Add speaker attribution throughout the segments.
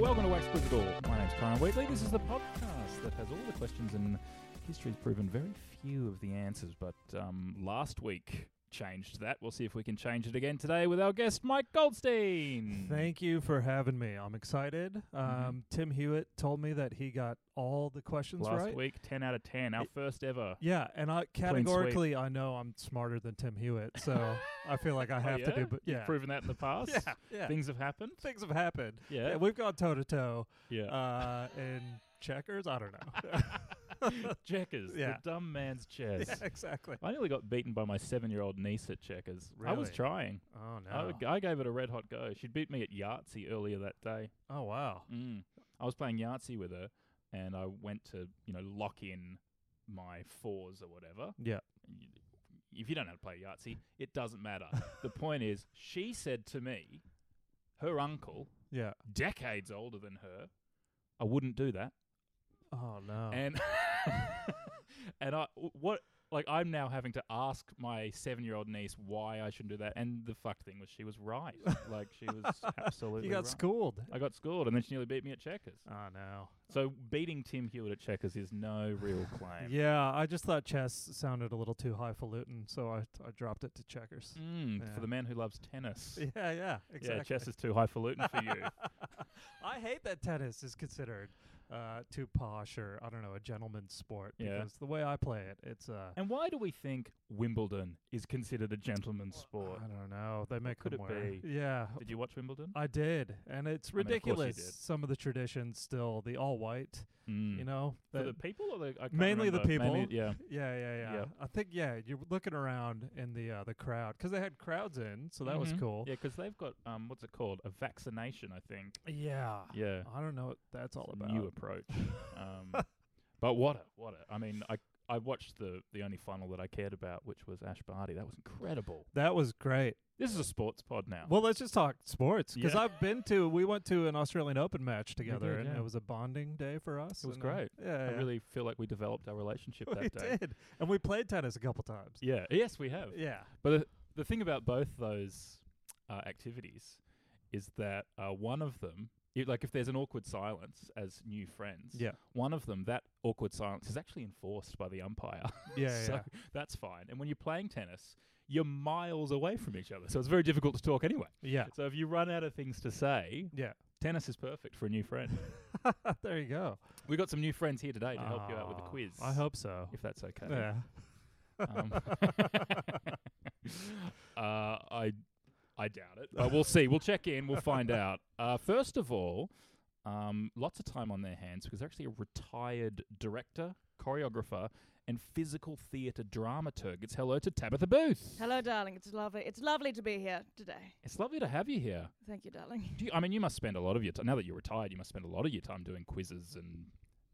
Speaker 1: Welcome to Wax Quizzical. My name's Karen Wheatley. This is the podcast that has all the questions, and history's proven very few of the answers. But um, last week changed that. We'll see if we can change it again today with our guest, Mike Goldstein.
Speaker 2: Thank you for having me. I'm excited. Um,
Speaker 1: Mm-hmm.
Speaker 2: Tim Hewitt told me that he got all the questions
Speaker 1: last
Speaker 2: right.
Speaker 1: week, 10 out of 10, our first ever.
Speaker 2: Yeah, and I categorically I know I'm smarter than Tim Hewitt, so I feel like I have
Speaker 1: Oh, yeah?
Speaker 2: to do. But
Speaker 1: You've
Speaker 2: yeah,
Speaker 1: proven that in the past.
Speaker 2: Yeah, yeah.
Speaker 1: Things have happened.
Speaker 2: things have happened.
Speaker 1: Yeah.
Speaker 2: we've gone toe to toe.
Speaker 1: Yeah.
Speaker 2: uh, in checkers. I don't know.
Speaker 1: Checkers,
Speaker 2: Yeah.
Speaker 1: the dumb man's chess.
Speaker 2: yeah, exactly.
Speaker 1: I nearly got beaten by my seven-year-old niece at checkers. I was
Speaker 2: Really?
Speaker 1: trying.
Speaker 2: Oh
Speaker 1: I,
Speaker 2: no.
Speaker 1: would- I gave it a red hot go. She beat me at Yahtzee earlier that day.
Speaker 2: Oh wow.
Speaker 1: Mm. I was playing Yahtzee with her, and I went to you know lock in my fours or whatever.
Speaker 2: Yeah.
Speaker 1: And you- If you don't know how to play Yahtzee, it doesn't matter. the point is, she said to me, her uncle,
Speaker 2: Yeah.
Speaker 1: decades older than her, I wouldn't do that,
Speaker 2: Oh no.
Speaker 1: and and I what. Like I'm now having to ask my seven-year-old niece why I shouldn't do that, and the fucked thing was she was right. Like she was absolutely.
Speaker 2: you got
Speaker 1: right.
Speaker 2: schooled.
Speaker 1: I got scored, and then she nearly beat me at checkers.
Speaker 2: Oh no.
Speaker 1: So beating Tim Hewitt at checkers is no real claim.
Speaker 2: Yeah, I just thought chess sounded a little too highfalutin, so I I dropped it to checkers.
Speaker 1: Mm,
Speaker 2: Yeah.
Speaker 1: For the man who loves tennis.
Speaker 2: Yeah, yeah, exactly.
Speaker 1: Yeah, chess is too highfalutin for you.
Speaker 2: I hate that tennis is considered uh, too posh or I don't know a gentleman's sport
Speaker 1: Yeah.
Speaker 2: because the way I play it, it's uh,
Speaker 1: and why do we think Wimbledon is considered a gentleman's sport?
Speaker 2: I don't know. They make
Speaker 1: could
Speaker 2: them
Speaker 1: it
Speaker 2: wear-
Speaker 1: be?
Speaker 2: Yeah,
Speaker 1: Did you watch Wimbledon?
Speaker 2: I did, and it's
Speaker 1: mean, of course you
Speaker 2: ridiculous.
Speaker 1: did.
Speaker 2: Some of the traditions still the all white,
Speaker 1: Mm.
Speaker 2: you know,
Speaker 1: for the
Speaker 2: that-
Speaker 1: people or the I can't
Speaker 2: mainly the
Speaker 1: remember.
Speaker 2: people.
Speaker 1: Mainly- yeah.
Speaker 2: yeah, yeah, yeah.
Speaker 1: Yep.
Speaker 2: I think yeah, you're looking around in the uh, the crowd because they had crowds in, so that was
Speaker 1: Mhm.
Speaker 2: cool.
Speaker 1: Yeah, because they've got um, what's it called? A vaccination, I think.
Speaker 2: Yeah.
Speaker 1: Yeah.
Speaker 2: I don't know what that's Ah, all
Speaker 1: It's a
Speaker 2: about.
Speaker 1: new approach. um, but what a what a! I mean, I I watched the the only final that I cared about, which was Ash Barty. That was incredible.
Speaker 2: That was great.
Speaker 1: This is a sports pod now.
Speaker 2: Well, let's just talk sports because
Speaker 1: Yeah.
Speaker 2: I've been to. We went to an Australian Open match together,
Speaker 1: did,
Speaker 2: and
Speaker 1: yeah.
Speaker 2: it was a bonding day for us.
Speaker 1: It was
Speaker 2: and, uh,
Speaker 1: great.
Speaker 2: yeah,
Speaker 1: I
Speaker 2: yeah.
Speaker 1: really feel like we developed our relationship
Speaker 2: we
Speaker 1: that day.
Speaker 2: did, and we played tennis a couple times.
Speaker 1: Yeah. Yes, we have.
Speaker 2: Yeah,
Speaker 1: But the, the thing about both those uh, activities is that uh, one of them, i like if there's an awkward silence as new friends,
Speaker 2: Yeah.
Speaker 1: one of them, that awkward silence is actually enforced by the umpire.
Speaker 2: Yeah,
Speaker 1: so
Speaker 2: yeah.
Speaker 1: that's fine. And when you're playing tennis, you're miles away from each other. So it's very difficult to talk anyway.
Speaker 2: yeah,
Speaker 1: So if you run out of things to say,
Speaker 2: yeah.
Speaker 1: tennis is perfect for a new friend.
Speaker 2: there you go.
Speaker 1: We've got some new friends here today to help you out with the
Speaker 2: Ah,
Speaker 1: quiz.
Speaker 2: I hope so.
Speaker 1: If that's okay.
Speaker 2: Yeah.
Speaker 1: Um, uh, I I doubt it, but we'll see. We'll check in. We'll find out. Uh, first of all, um, lots of time on their hands because they're actually a retired director, choreographer, and physical theatre dramaturg. It's hello to Tabitha Booth.
Speaker 3: Hello, darling. It's lovely. It's lovely to be here today.
Speaker 1: It's lovely to have you here.
Speaker 3: Thank you, darling.
Speaker 1: Do you, I mean, you must spend a lot of your time now that you're retired. You must spend a lot of your time doing quizzes and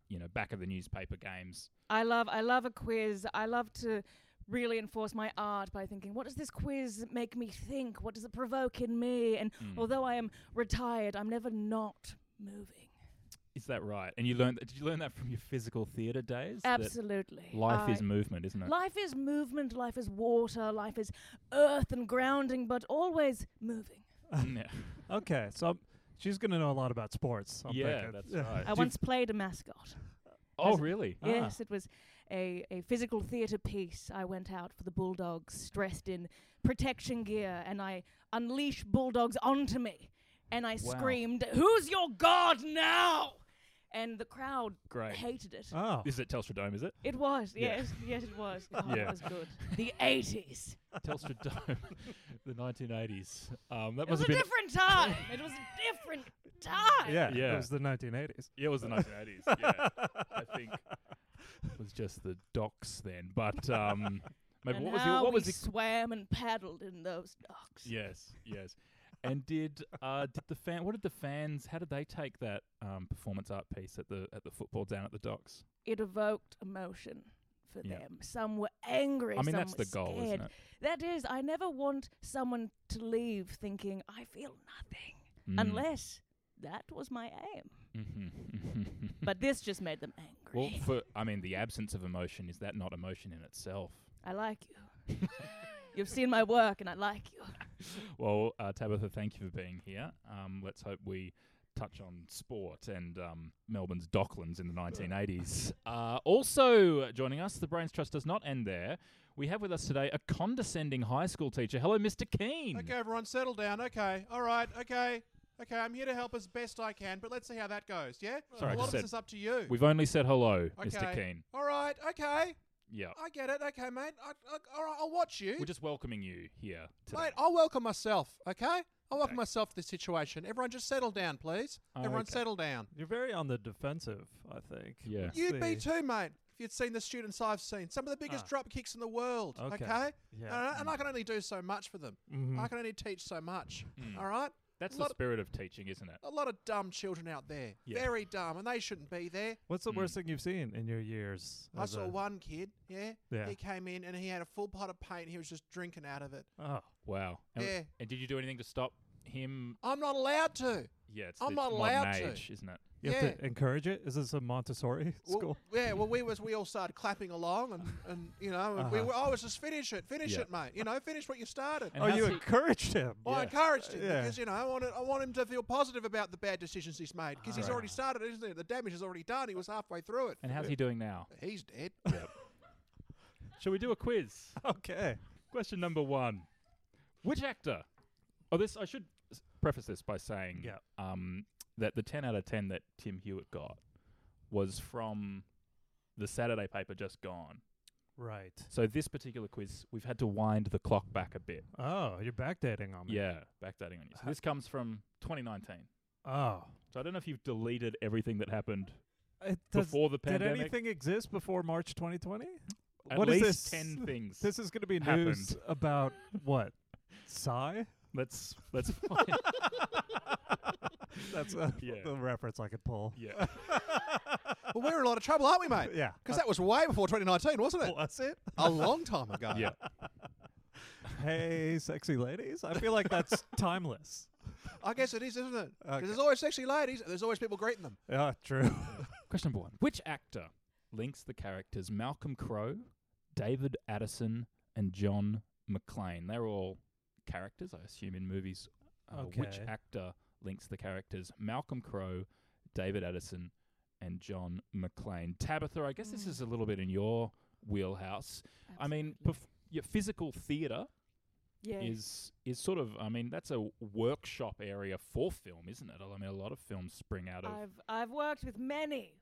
Speaker 1: you know back of the newspaper games.
Speaker 3: I love. I love a quiz. I love to really enforce my art by thinking, what does this quiz make me think? What does it provoke in me? And
Speaker 1: Hmm.
Speaker 3: although I am retired, I'm never not moving.
Speaker 1: Is that right? And you learned? Did you learn that from your physical theatre days? that
Speaker 3: Absolutely.
Speaker 1: Life
Speaker 3: I-
Speaker 1: is movement, isn't it?
Speaker 3: Life is movement. Life is water. Life
Speaker 1: Um,
Speaker 3: is earth and grounding, but always moving.
Speaker 1: Yeah.
Speaker 2: Okay, so I'm She's gonna know a lot about sports. I'm
Speaker 1: oh, yeah,
Speaker 2: thinking.
Speaker 1: that's right.
Speaker 3: I once played a mascot.
Speaker 1: oh,
Speaker 3: as-
Speaker 1: really?
Speaker 2: Ah.
Speaker 3: Yes, it was a, a physical theatre piece. I went out for the Bulldogs dressed in protection gear and I unleashed Bulldogs onto me. And I
Speaker 1: Wow.
Speaker 3: screamed, Who's your god now? And the crowd
Speaker 1: Great.
Speaker 3: hated it.
Speaker 2: Oh,
Speaker 1: This is at Telstra Dome, is it?
Speaker 3: It was,
Speaker 1: Yeah.
Speaker 3: yes, yes, it was. God,
Speaker 1: Yeah.
Speaker 3: it was good. The 80s.
Speaker 1: Telstra Dome, the 1980s. Um, that
Speaker 3: It was
Speaker 1: must have
Speaker 3: a
Speaker 1: been.
Speaker 3: different time. It was a different time.
Speaker 2: yeah,
Speaker 1: Yeah.
Speaker 2: It was the 1980s.
Speaker 1: yeah, it was the 1980s. Yeah, I think it was just the docks then. But um, maybe
Speaker 3: And
Speaker 1: what was the,
Speaker 3: how
Speaker 1: what
Speaker 3: we
Speaker 1: was the
Speaker 3: swam and paddled in those docks.
Speaker 1: Yes, yes. And did uh, did the fan? What did the fans? How did they take that um, performance art piece at the at the football down at the docks?
Speaker 3: it evoked emotion for
Speaker 1: Yeah.
Speaker 3: them. Some were angry.
Speaker 1: I mean,
Speaker 3: some
Speaker 1: that's
Speaker 3: were
Speaker 1: the goal,
Speaker 3: scared.
Speaker 1: isn't it?
Speaker 3: That is. I never want someone to leave thinking I feel nothing,
Speaker 1: Mm.
Speaker 3: unless that was my aim.
Speaker 1: Mm-hmm.
Speaker 3: But this just made them
Speaker 1: well,
Speaker 3: angry.
Speaker 1: for I mean, the absence of emotion is that not emotion in itself?
Speaker 3: I like you. You've seen my work, and I like you.
Speaker 1: Well, uh, Tabitha, thank you for being here. Um, let's hope we touch on sport and um, Melbourne's Docklands in the 1980s. Uh, also joining us, the Brains Trust does not end there. We have with us today a condescending high school teacher. Hello, Mr. Keane.
Speaker 4: Okay, everyone, settle down. Okay, all right, okay, okay. I'm here to help as best I can, but let's see how that goes. Yeah.
Speaker 1: Sorry, I
Speaker 4: a
Speaker 1: just
Speaker 4: lot of
Speaker 1: said-
Speaker 4: this is up to you.
Speaker 1: We've only said hello,
Speaker 4: okay.
Speaker 1: Mr. Keane.
Speaker 4: All right, okay.
Speaker 1: Yeah.
Speaker 4: I get it. Okay, mate. I, I, all right, I'll watch you.
Speaker 1: We're just welcoming you here today.
Speaker 4: mate, I'll welcome myself. Okay. I'll welcome myself to this situation. Everyone, just settle down, please.
Speaker 1: Oh,
Speaker 4: everyone,
Speaker 1: okay.
Speaker 4: settle down.
Speaker 2: You're very on the defensive, I think.
Speaker 1: Yeah.
Speaker 2: It's
Speaker 4: You'd be
Speaker 2: the-
Speaker 4: too, mate. If you'd seen the students I've seen, some of the biggest
Speaker 2: Ah.
Speaker 4: drop kicks in the world.
Speaker 2: Okay.
Speaker 4: Okay.
Speaker 2: Yeah.
Speaker 4: And, I,
Speaker 1: Mm.
Speaker 4: and I can only do so much for them.
Speaker 1: Mm-hmm.
Speaker 4: I can only teach so much.
Speaker 1: Mm.
Speaker 4: All right.
Speaker 1: That's
Speaker 4: a
Speaker 1: the
Speaker 4: lot,
Speaker 1: spirit of teaching, isn't it?
Speaker 4: a lot of dumb children out there.
Speaker 1: Yeah.
Speaker 4: Very dumb, and they shouldn't be there.
Speaker 2: What's the
Speaker 1: Hmm.
Speaker 2: worst thing you've seen in your years?
Speaker 4: I
Speaker 2: as
Speaker 4: saw
Speaker 2: a-
Speaker 4: one kid, yeah?
Speaker 2: Yeah.
Speaker 4: He came in and he had a full pot of paint. He was just drinking out of it.
Speaker 2: Oh,
Speaker 1: Wow. And,
Speaker 4: Yeah.
Speaker 1: and did you do anything to stop him?
Speaker 4: I'm not allowed to.
Speaker 1: Yeah, it's,
Speaker 4: I'm
Speaker 1: it's
Speaker 4: not
Speaker 1: modern
Speaker 4: allowed to.
Speaker 1: age, isn't it?
Speaker 2: you
Speaker 4: yeah.
Speaker 2: have to encourage it. Is this a Montessori
Speaker 4: Well,
Speaker 2: school?
Speaker 4: yeah, well, we was we all started clapping along, and, and you know, and we
Speaker 2: Uh-huh.
Speaker 4: were, I was just finish it, finish
Speaker 1: Yeah.
Speaker 4: it, mate. You know, finish what you started.
Speaker 1: And
Speaker 2: Oh,
Speaker 1: how's
Speaker 2: you
Speaker 1: he-
Speaker 2: encouraged him.
Speaker 4: Well, I
Speaker 1: Yeah.
Speaker 4: encouraged him
Speaker 2: Yeah.
Speaker 4: because you know I wanted I want him to feel positive about the bad decisions he's made because he's
Speaker 1: Right.
Speaker 4: already started, isn't it? The damage is already done. He was halfway through it.
Speaker 1: And how's he doing now?
Speaker 4: He's dead.
Speaker 1: Shall we do a quiz?
Speaker 2: Okay.
Speaker 1: Question number one: Which actor? Oh, this I should s- preface this by saying
Speaker 2: Yeah.
Speaker 1: um, that the ten out of ten that Tim Hewitt got was from the Saturday paper just gone.
Speaker 2: Right.
Speaker 1: So this particular quiz, we've had to wind the clock back a bit.
Speaker 2: Oh, you're backdating on me.
Speaker 1: Yeah, backdating on you. So this comes from 2019.
Speaker 2: Oh.
Speaker 1: So I don't know if you've deleted everything that happened
Speaker 2: It
Speaker 1: before the pandemic.
Speaker 2: Did anything exist before March 2020?
Speaker 1: At
Speaker 2: What is
Speaker 1: least
Speaker 2: this?
Speaker 1: ten things.
Speaker 2: This is going to be
Speaker 1: happened.
Speaker 2: news about what? Psy?
Speaker 1: let's let's find.
Speaker 2: That's uh,
Speaker 1: Yeah.
Speaker 2: the reference I could pull.
Speaker 1: yeah.
Speaker 4: well, we're in a lot of trouble, aren't we, mate?
Speaker 2: Yeah.
Speaker 4: Because that was way before 2019, wasn't it?
Speaker 2: Was it?
Speaker 4: A long time ago.
Speaker 1: Yeah.
Speaker 2: Hey, sexy ladies. I feel like that's timeless.
Speaker 4: I guess it is, isn't it? Because there's always sexy ladies and there's always people greeting them.
Speaker 2: Yeah, true.
Speaker 1: Question number one: Which actor links the characters Malcolm Crowe, David Addison, and John McClane? They're all characters, I assume, in movies. Uh, Which
Speaker 2: Okay.
Speaker 1: actor links the characters Malcolm Crowe, David Addison, and John McClane? Tabitha, I guess this is a little bit in your wheelhouse. I mean, perf- your physical theatre
Speaker 3: Yeah.
Speaker 1: is is sort of I mean that's a workshop area for film, isn't it? I mean a lot of films spring out of
Speaker 3: I've I've worked with many,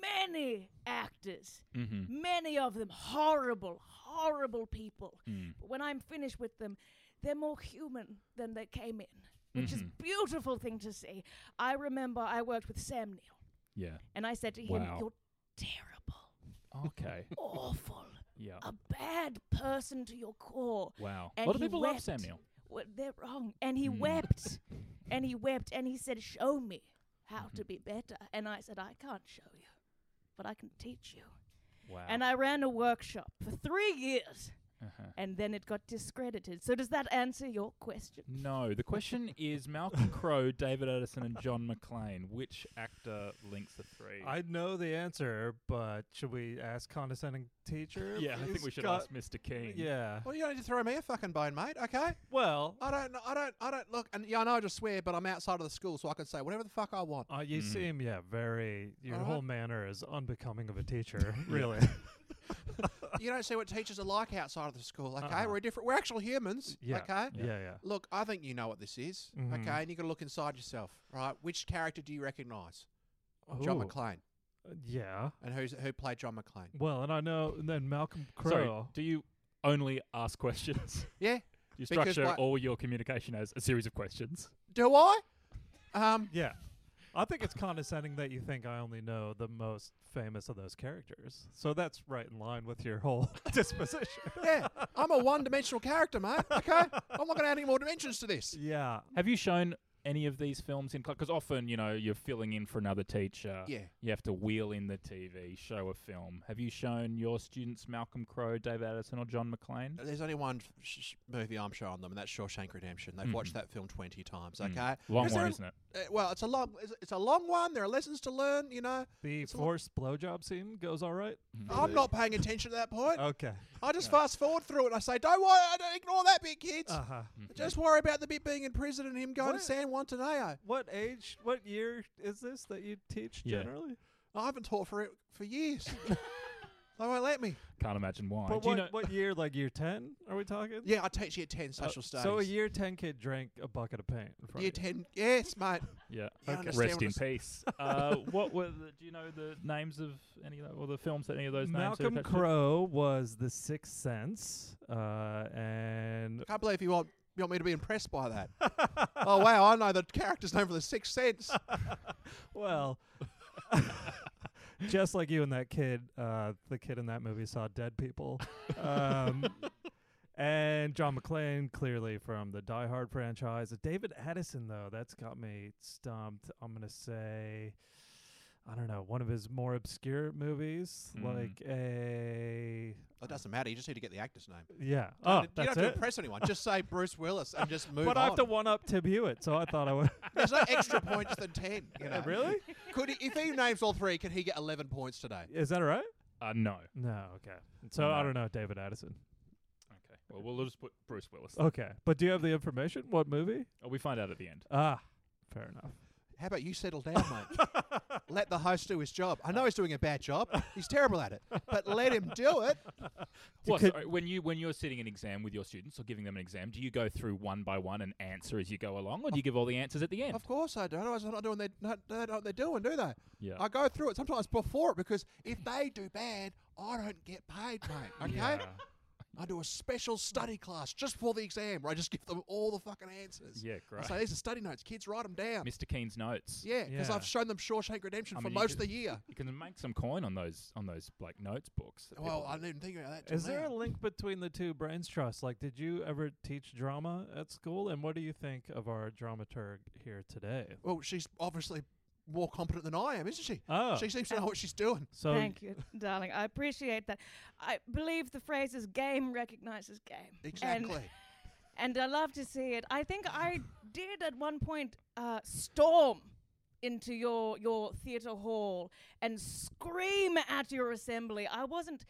Speaker 3: many actors.
Speaker 1: mm-hmm.
Speaker 3: Many of them horrible, horrible people.
Speaker 1: Mm.
Speaker 3: But when I'm finished with them, they're more human than they came in, which is
Speaker 1: Mm-hmm.
Speaker 3: a beautiful thing to see. I remember I worked with Sam Neill,
Speaker 1: yeah.
Speaker 3: and I said to him,
Speaker 1: Wow.
Speaker 3: "You're terrible,
Speaker 1: Okay.
Speaker 3: awful,
Speaker 1: yeah.
Speaker 3: a bad person to your core."
Speaker 1: Wow.
Speaker 3: And
Speaker 1: a lot of
Speaker 3: he
Speaker 1: people love
Speaker 3: wept.
Speaker 1: Sam Neill. Mm.
Speaker 3: Well, they're wrong. And he wept, and he wept, and he said, "Show me how
Speaker 1: Mm-hmm.
Speaker 3: to be better." And I said, "I can't show you, but I can teach you."
Speaker 1: Wow.
Speaker 3: And I ran a workshop for three years
Speaker 1: Uh-huh.
Speaker 3: and then it got discredited. So does that answer your question?
Speaker 1: No, the question is Malcolm Crowe, David Addison, and John McClane. Which actor links the three?
Speaker 2: I know the answer, but should we ask condescending teacher?
Speaker 1: yeah, I think
Speaker 2: please?
Speaker 1: we should
Speaker 2: God-
Speaker 1: ask Mr. King.
Speaker 2: Yeah.
Speaker 4: Well, you don't need to throw me a fucking bone, mate. Okay.
Speaker 2: Well,
Speaker 4: I don't. know- I don't. I don't look. And yeah, I know I just swear, but I'm outside of the school, so I can say whatever the fuck I want.
Speaker 2: uh, you
Speaker 1: Mm-hmm.
Speaker 2: seem yeah very. Your
Speaker 4: All right.
Speaker 2: whole manner is unbecoming of a teacher. really.
Speaker 4: you don't see what teachers are like outside of the school. Okay, we're different. We're actual humans.
Speaker 2: Yeah.
Speaker 4: Okay.
Speaker 2: Yeah. Yeah.
Speaker 4: Look, I think you know what this is.
Speaker 2: Mhm.
Speaker 4: Okay, and you got to look inside yourself, right? Which character do you recognise? John
Speaker 2: Ooh.
Speaker 4: McClane,
Speaker 2: Uh, Yeah.
Speaker 4: and who's who played John McClane?
Speaker 2: Well, and I know, and then Malcolm Crowe.
Speaker 1: Sorry, do you only ask questions?
Speaker 4: Yeah.
Speaker 1: Do you
Speaker 4: Because
Speaker 1: structure
Speaker 4: why-
Speaker 1: all your communication as a series of questions?
Speaker 4: Do I? Um.
Speaker 2: Yeah. I think it's condescending that you think I only know the most famous of those characters. So that's right in line with your whole disposition.
Speaker 4: Yeah. I'm a one-dimensional character, mate. Okay. I'm not going to add any more dimensions to this.
Speaker 2: yeah.
Speaker 1: Have you shown any of these films in class? Because often, you know, you're filling in for another teacher.
Speaker 4: Yeah.
Speaker 1: You have to wheel in the TV, show a film. Have you shown your students Malcolm Crowe, Dave Addison, or John
Speaker 2: Uh,
Speaker 1: McClane?
Speaker 4: There's only one f- sh- sh- movie I'm showing them, and that's Shawshank Redemption. They've watched
Speaker 2: Mm-hmm.
Speaker 4: that film 20 times.
Speaker 2: Mm.
Speaker 4: Okay,
Speaker 1: Long
Speaker 4: Is
Speaker 1: one,
Speaker 4: there-
Speaker 1: isn't it?
Speaker 4: Uh, well, it's a long, it's- it's a long one. There are lessons to learn. You know,
Speaker 2: The
Speaker 4: It's a lo-
Speaker 2: forced blowjob scene goes all right.
Speaker 4: I'm not paying attention at that point.
Speaker 2: Okay.
Speaker 4: I just fast forward through it. and I say, don't worry, I don't ignore that bit, kids.
Speaker 2: Uh huh.
Speaker 1: Mm.
Speaker 4: Just worry about the bit being in prison and him going
Speaker 2: What?
Speaker 4: to San Juan
Speaker 2: What age? What year is this that you teach
Speaker 1: Yeah.
Speaker 2: generally?
Speaker 4: I haven't taught for it for years. they won't let me.
Speaker 1: Can't imagine why.
Speaker 2: But
Speaker 1: Do you
Speaker 2: what,
Speaker 1: know,
Speaker 2: what year? Like year ten? Are we talking?
Speaker 4: Yeah, I teach year 10
Speaker 2: Uh,
Speaker 4: social studies.
Speaker 2: So a year ten kid drank a bucket of paint. In front
Speaker 4: Year
Speaker 2: of you.
Speaker 4: 10, yes, mate.
Speaker 1: yeah.
Speaker 4: You Okay. understand
Speaker 1: Rest
Speaker 4: what
Speaker 1: in
Speaker 4: I
Speaker 1: peace. uh, what were the, do you know the names of any of the, or the films that any of those names are
Speaker 2: Malcolm
Speaker 1: attached to?
Speaker 2: Crowe was the Sixth Sense, uh, and
Speaker 4: Can't believe you want, you want me to be impressed by that. oh, wow, I know the character's name for The Sixth Sense.
Speaker 2: well, just like you and that kid, uh, the kid in that movie saw dead people. Um, and John McClane, clearly from the Die Hard franchise. David Addison, though, that's got me stumped. I'm going to say, I don't know, one of his more obscure movies,
Speaker 1: Mm.
Speaker 2: like a.
Speaker 4: Oh, It doesn't matter. You just need to get the actor's name.
Speaker 2: Yeah. Oh,
Speaker 4: you don't
Speaker 2: that's
Speaker 4: have to
Speaker 2: it.
Speaker 4: impress anyone. Just say Bruce Willis and just move
Speaker 2: But I
Speaker 4: on.
Speaker 2: have to one up Tim Hewitt, so I thought I would.
Speaker 4: There's no extra points than 10. You know?
Speaker 2: really?
Speaker 4: Could he, if he names all three, can he get 11 points today?
Speaker 2: Is that all right?
Speaker 1: Uh, no.
Speaker 2: No, okay. So I don't know, David Addison.
Speaker 1: Okay. Well, we'll just put Bruce Willis.
Speaker 4: Oh.
Speaker 2: Okay. But do you have the information? What movie?
Speaker 1: Oh, we find out at the end.
Speaker 2: Ah, fair enough.
Speaker 4: How about you settle down, mate? let the host do his job. I know he's doing a bad job. He's terrible at it. But let him do it.
Speaker 1: Well,
Speaker 2: could-
Speaker 1: sorry, when you when you're sitting an exam with your students or giving them an exam, do you go through one by one and answer as you go along, or do you give all the answers at the end?
Speaker 4: Of course I do. Otherwise, they're not doing their, not, they don't know what they're doing, do they?
Speaker 1: Yeah.
Speaker 4: I go through it sometimes before it because if they do bad, I don't get paid, mate. Okay? I do a special study class just before the exam where I just give them all the fucking answers.
Speaker 1: Yeah,
Speaker 4: I
Speaker 1: great.
Speaker 4: say, these are study notes. Kids, write them down.
Speaker 1: Mr. Keen's notes.
Speaker 4: Yeah, because
Speaker 2: Yeah.
Speaker 4: I've shown them Shawshank Redemption
Speaker 1: I
Speaker 4: for
Speaker 1: mean, you
Speaker 4: most of
Speaker 1: could-
Speaker 4: the year.
Speaker 1: You can make some coin on those on those like notes books. that
Speaker 4: Well,
Speaker 1: people
Speaker 4: I
Speaker 1: do.
Speaker 4: didn't even think about that. till
Speaker 2: Is there a
Speaker 4: now.
Speaker 2: link between the two brains trusts? Like, did you ever teach drama at school? And what do you think of our dramaturg here today?
Speaker 4: Well, she's obviously more competent than I am, isn't she?
Speaker 2: Oh.
Speaker 4: She seems to know what she's doing.
Speaker 2: So
Speaker 3: Thank you, darling. I appreciate that. I believe the phrase is game recognizes game.
Speaker 4: Exactly.
Speaker 3: And, and I love to see it. I think I did at one point uh, storm into your your theater hall and scream at your assembly. I wasn't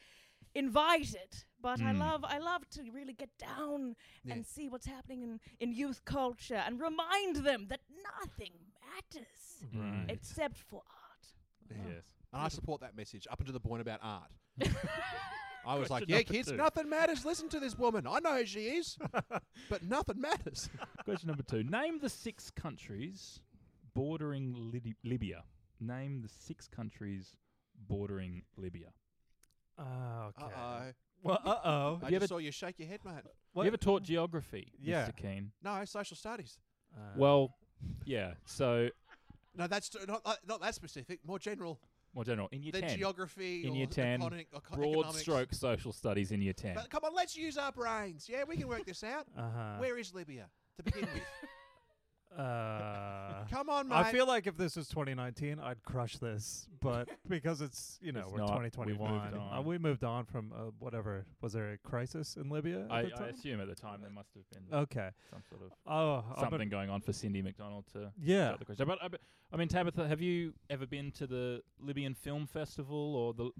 Speaker 3: invited, but I love I love to really get down and see what's happening in, in youth culture and remind them that nothing matters
Speaker 2: Right.
Speaker 3: except for art.
Speaker 1: yes.
Speaker 4: And I support that message up until the point about art. I was
Speaker 1: Question
Speaker 4: like, yeah,
Speaker 1: number
Speaker 4: kids,
Speaker 1: two.
Speaker 4: nothing matters. Listen to this woman. I know who she is, but nothing matters.
Speaker 1: Question number two: Name the six countries bordering Lidi- Libya. Name the six countries bordering Libya.
Speaker 2: Ah, okay.
Speaker 4: Uh-oh.
Speaker 2: Well, uh oh.
Speaker 4: I
Speaker 1: you
Speaker 4: just
Speaker 1: ever-
Speaker 4: saw you shake your head, mate.
Speaker 1: You ever taught geography,
Speaker 2: Yeah.
Speaker 1: Mr. Keen?
Speaker 4: No, social studies.
Speaker 2: Uh,
Speaker 1: Well, yeah. So
Speaker 4: No, that's not, uh, not that specific. More general.
Speaker 1: more general in year
Speaker 4: Than
Speaker 1: ten.
Speaker 4: geography
Speaker 1: in
Speaker 4: or
Speaker 1: year 10
Speaker 4: economic- or co-
Speaker 1: broad
Speaker 4: economics.
Speaker 1: stroke social studies in year 10
Speaker 4: But come on,
Speaker 1: Uh-huh.
Speaker 4: let's use our brains. Yeah, we can work this out.
Speaker 2: Uh huh.
Speaker 4: Where is Libya to begin with?
Speaker 2: Uh,
Speaker 4: Come on, mate.
Speaker 2: I feel like if this was 2019, I'd crush this, but because it's you know
Speaker 1: It's
Speaker 2: we're
Speaker 1: not. We've
Speaker 2: 2021,
Speaker 1: moved
Speaker 2: Uh,
Speaker 1: on.
Speaker 2: we moved on from uh, whatever was there a crisis in Libya? At
Speaker 1: I,
Speaker 2: the
Speaker 1: I
Speaker 2: time? Uh,
Speaker 1: assume at the time there must have been
Speaker 2: okay.
Speaker 1: some sort of
Speaker 2: Oh, I've been-
Speaker 1: something going on for Cindy McDonald to
Speaker 2: Yeah.
Speaker 1: start the question. But I, but- I mean, Tabitha, have you ever been to the Libyan Film Festival or the?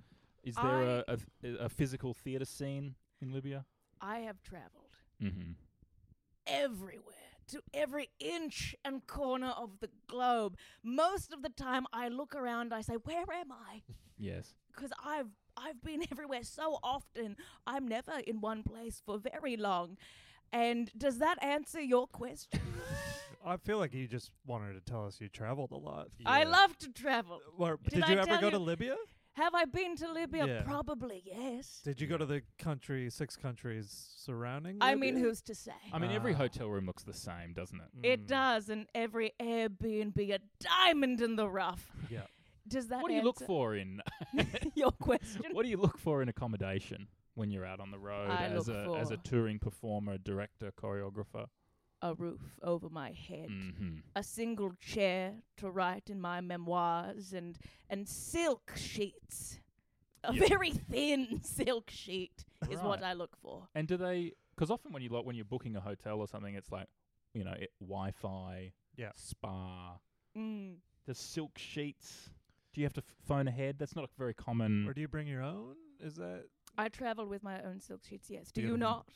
Speaker 1: Is there a a th- a physical theatre scene in Libya?
Speaker 3: I have traveled
Speaker 1: Mm-hmm.
Speaker 3: everywhere. To every inch and corner of the globe. Most of the time, I look around, I say, Where am I?
Speaker 1: Yes.
Speaker 3: because I've I've been everywhere so often. I'm never in one place for very long. And does that answer your question?
Speaker 2: I feel like you just wanted to tell us you traveled a lot.
Speaker 3: I love to travel.
Speaker 2: Or,
Speaker 3: Did
Speaker 2: did,
Speaker 3: I
Speaker 2: you ever
Speaker 3: tell
Speaker 2: go
Speaker 3: you-
Speaker 2: to Libya?
Speaker 3: Have I been to Libya?
Speaker 2: Yeah.
Speaker 3: Probably yes.
Speaker 2: Did you go to the country, six countries surrounding?
Speaker 3: I mean,
Speaker 2: Libya?
Speaker 3: who's to say?
Speaker 1: I mean,
Speaker 3: Uh,
Speaker 1: every
Speaker 2: Ah.
Speaker 1: hotel room looks the same, doesn't it?
Speaker 3: it
Speaker 2: Mm.
Speaker 3: does, and every Airbnb a diamond in the rough.
Speaker 2: Yeah.
Speaker 3: Does that
Speaker 1: What do you look
Speaker 3: answer
Speaker 1: for in?
Speaker 3: your question?
Speaker 1: what do you look for in accommodation when you're out on the road
Speaker 3: I
Speaker 1: as
Speaker 3: look
Speaker 1: a as a
Speaker 3: for-
Speaker 1: touring performer, director, choreographer?
Speaker 3: a roof over my head.
Speaker 1: Mm-hmm.
Speaker 3: a single chair to write in my memoirs and and silk sheets. A very thin silk sheet is what
Speaker 1: Right.
Speaker 3: I look for.
Speaker 1: And do they? Because often when you like when you're booking a hotel or something, it's like you know it, Wi-Fi,
Speaker 2: Yeah.
Speaker 1: spa,
Speaker 3: Mm.
Speaker 1: the silk sheets. Do you have to f- phone ahead? That's not a very common.
Speaker 3: Mm.
Speaker 2: Or do you bring your own? Is that
Speaker 3: I travel with my own silk sheets. Yes. Do you
Speaker 2: Beautiful.
Speaker 3: not?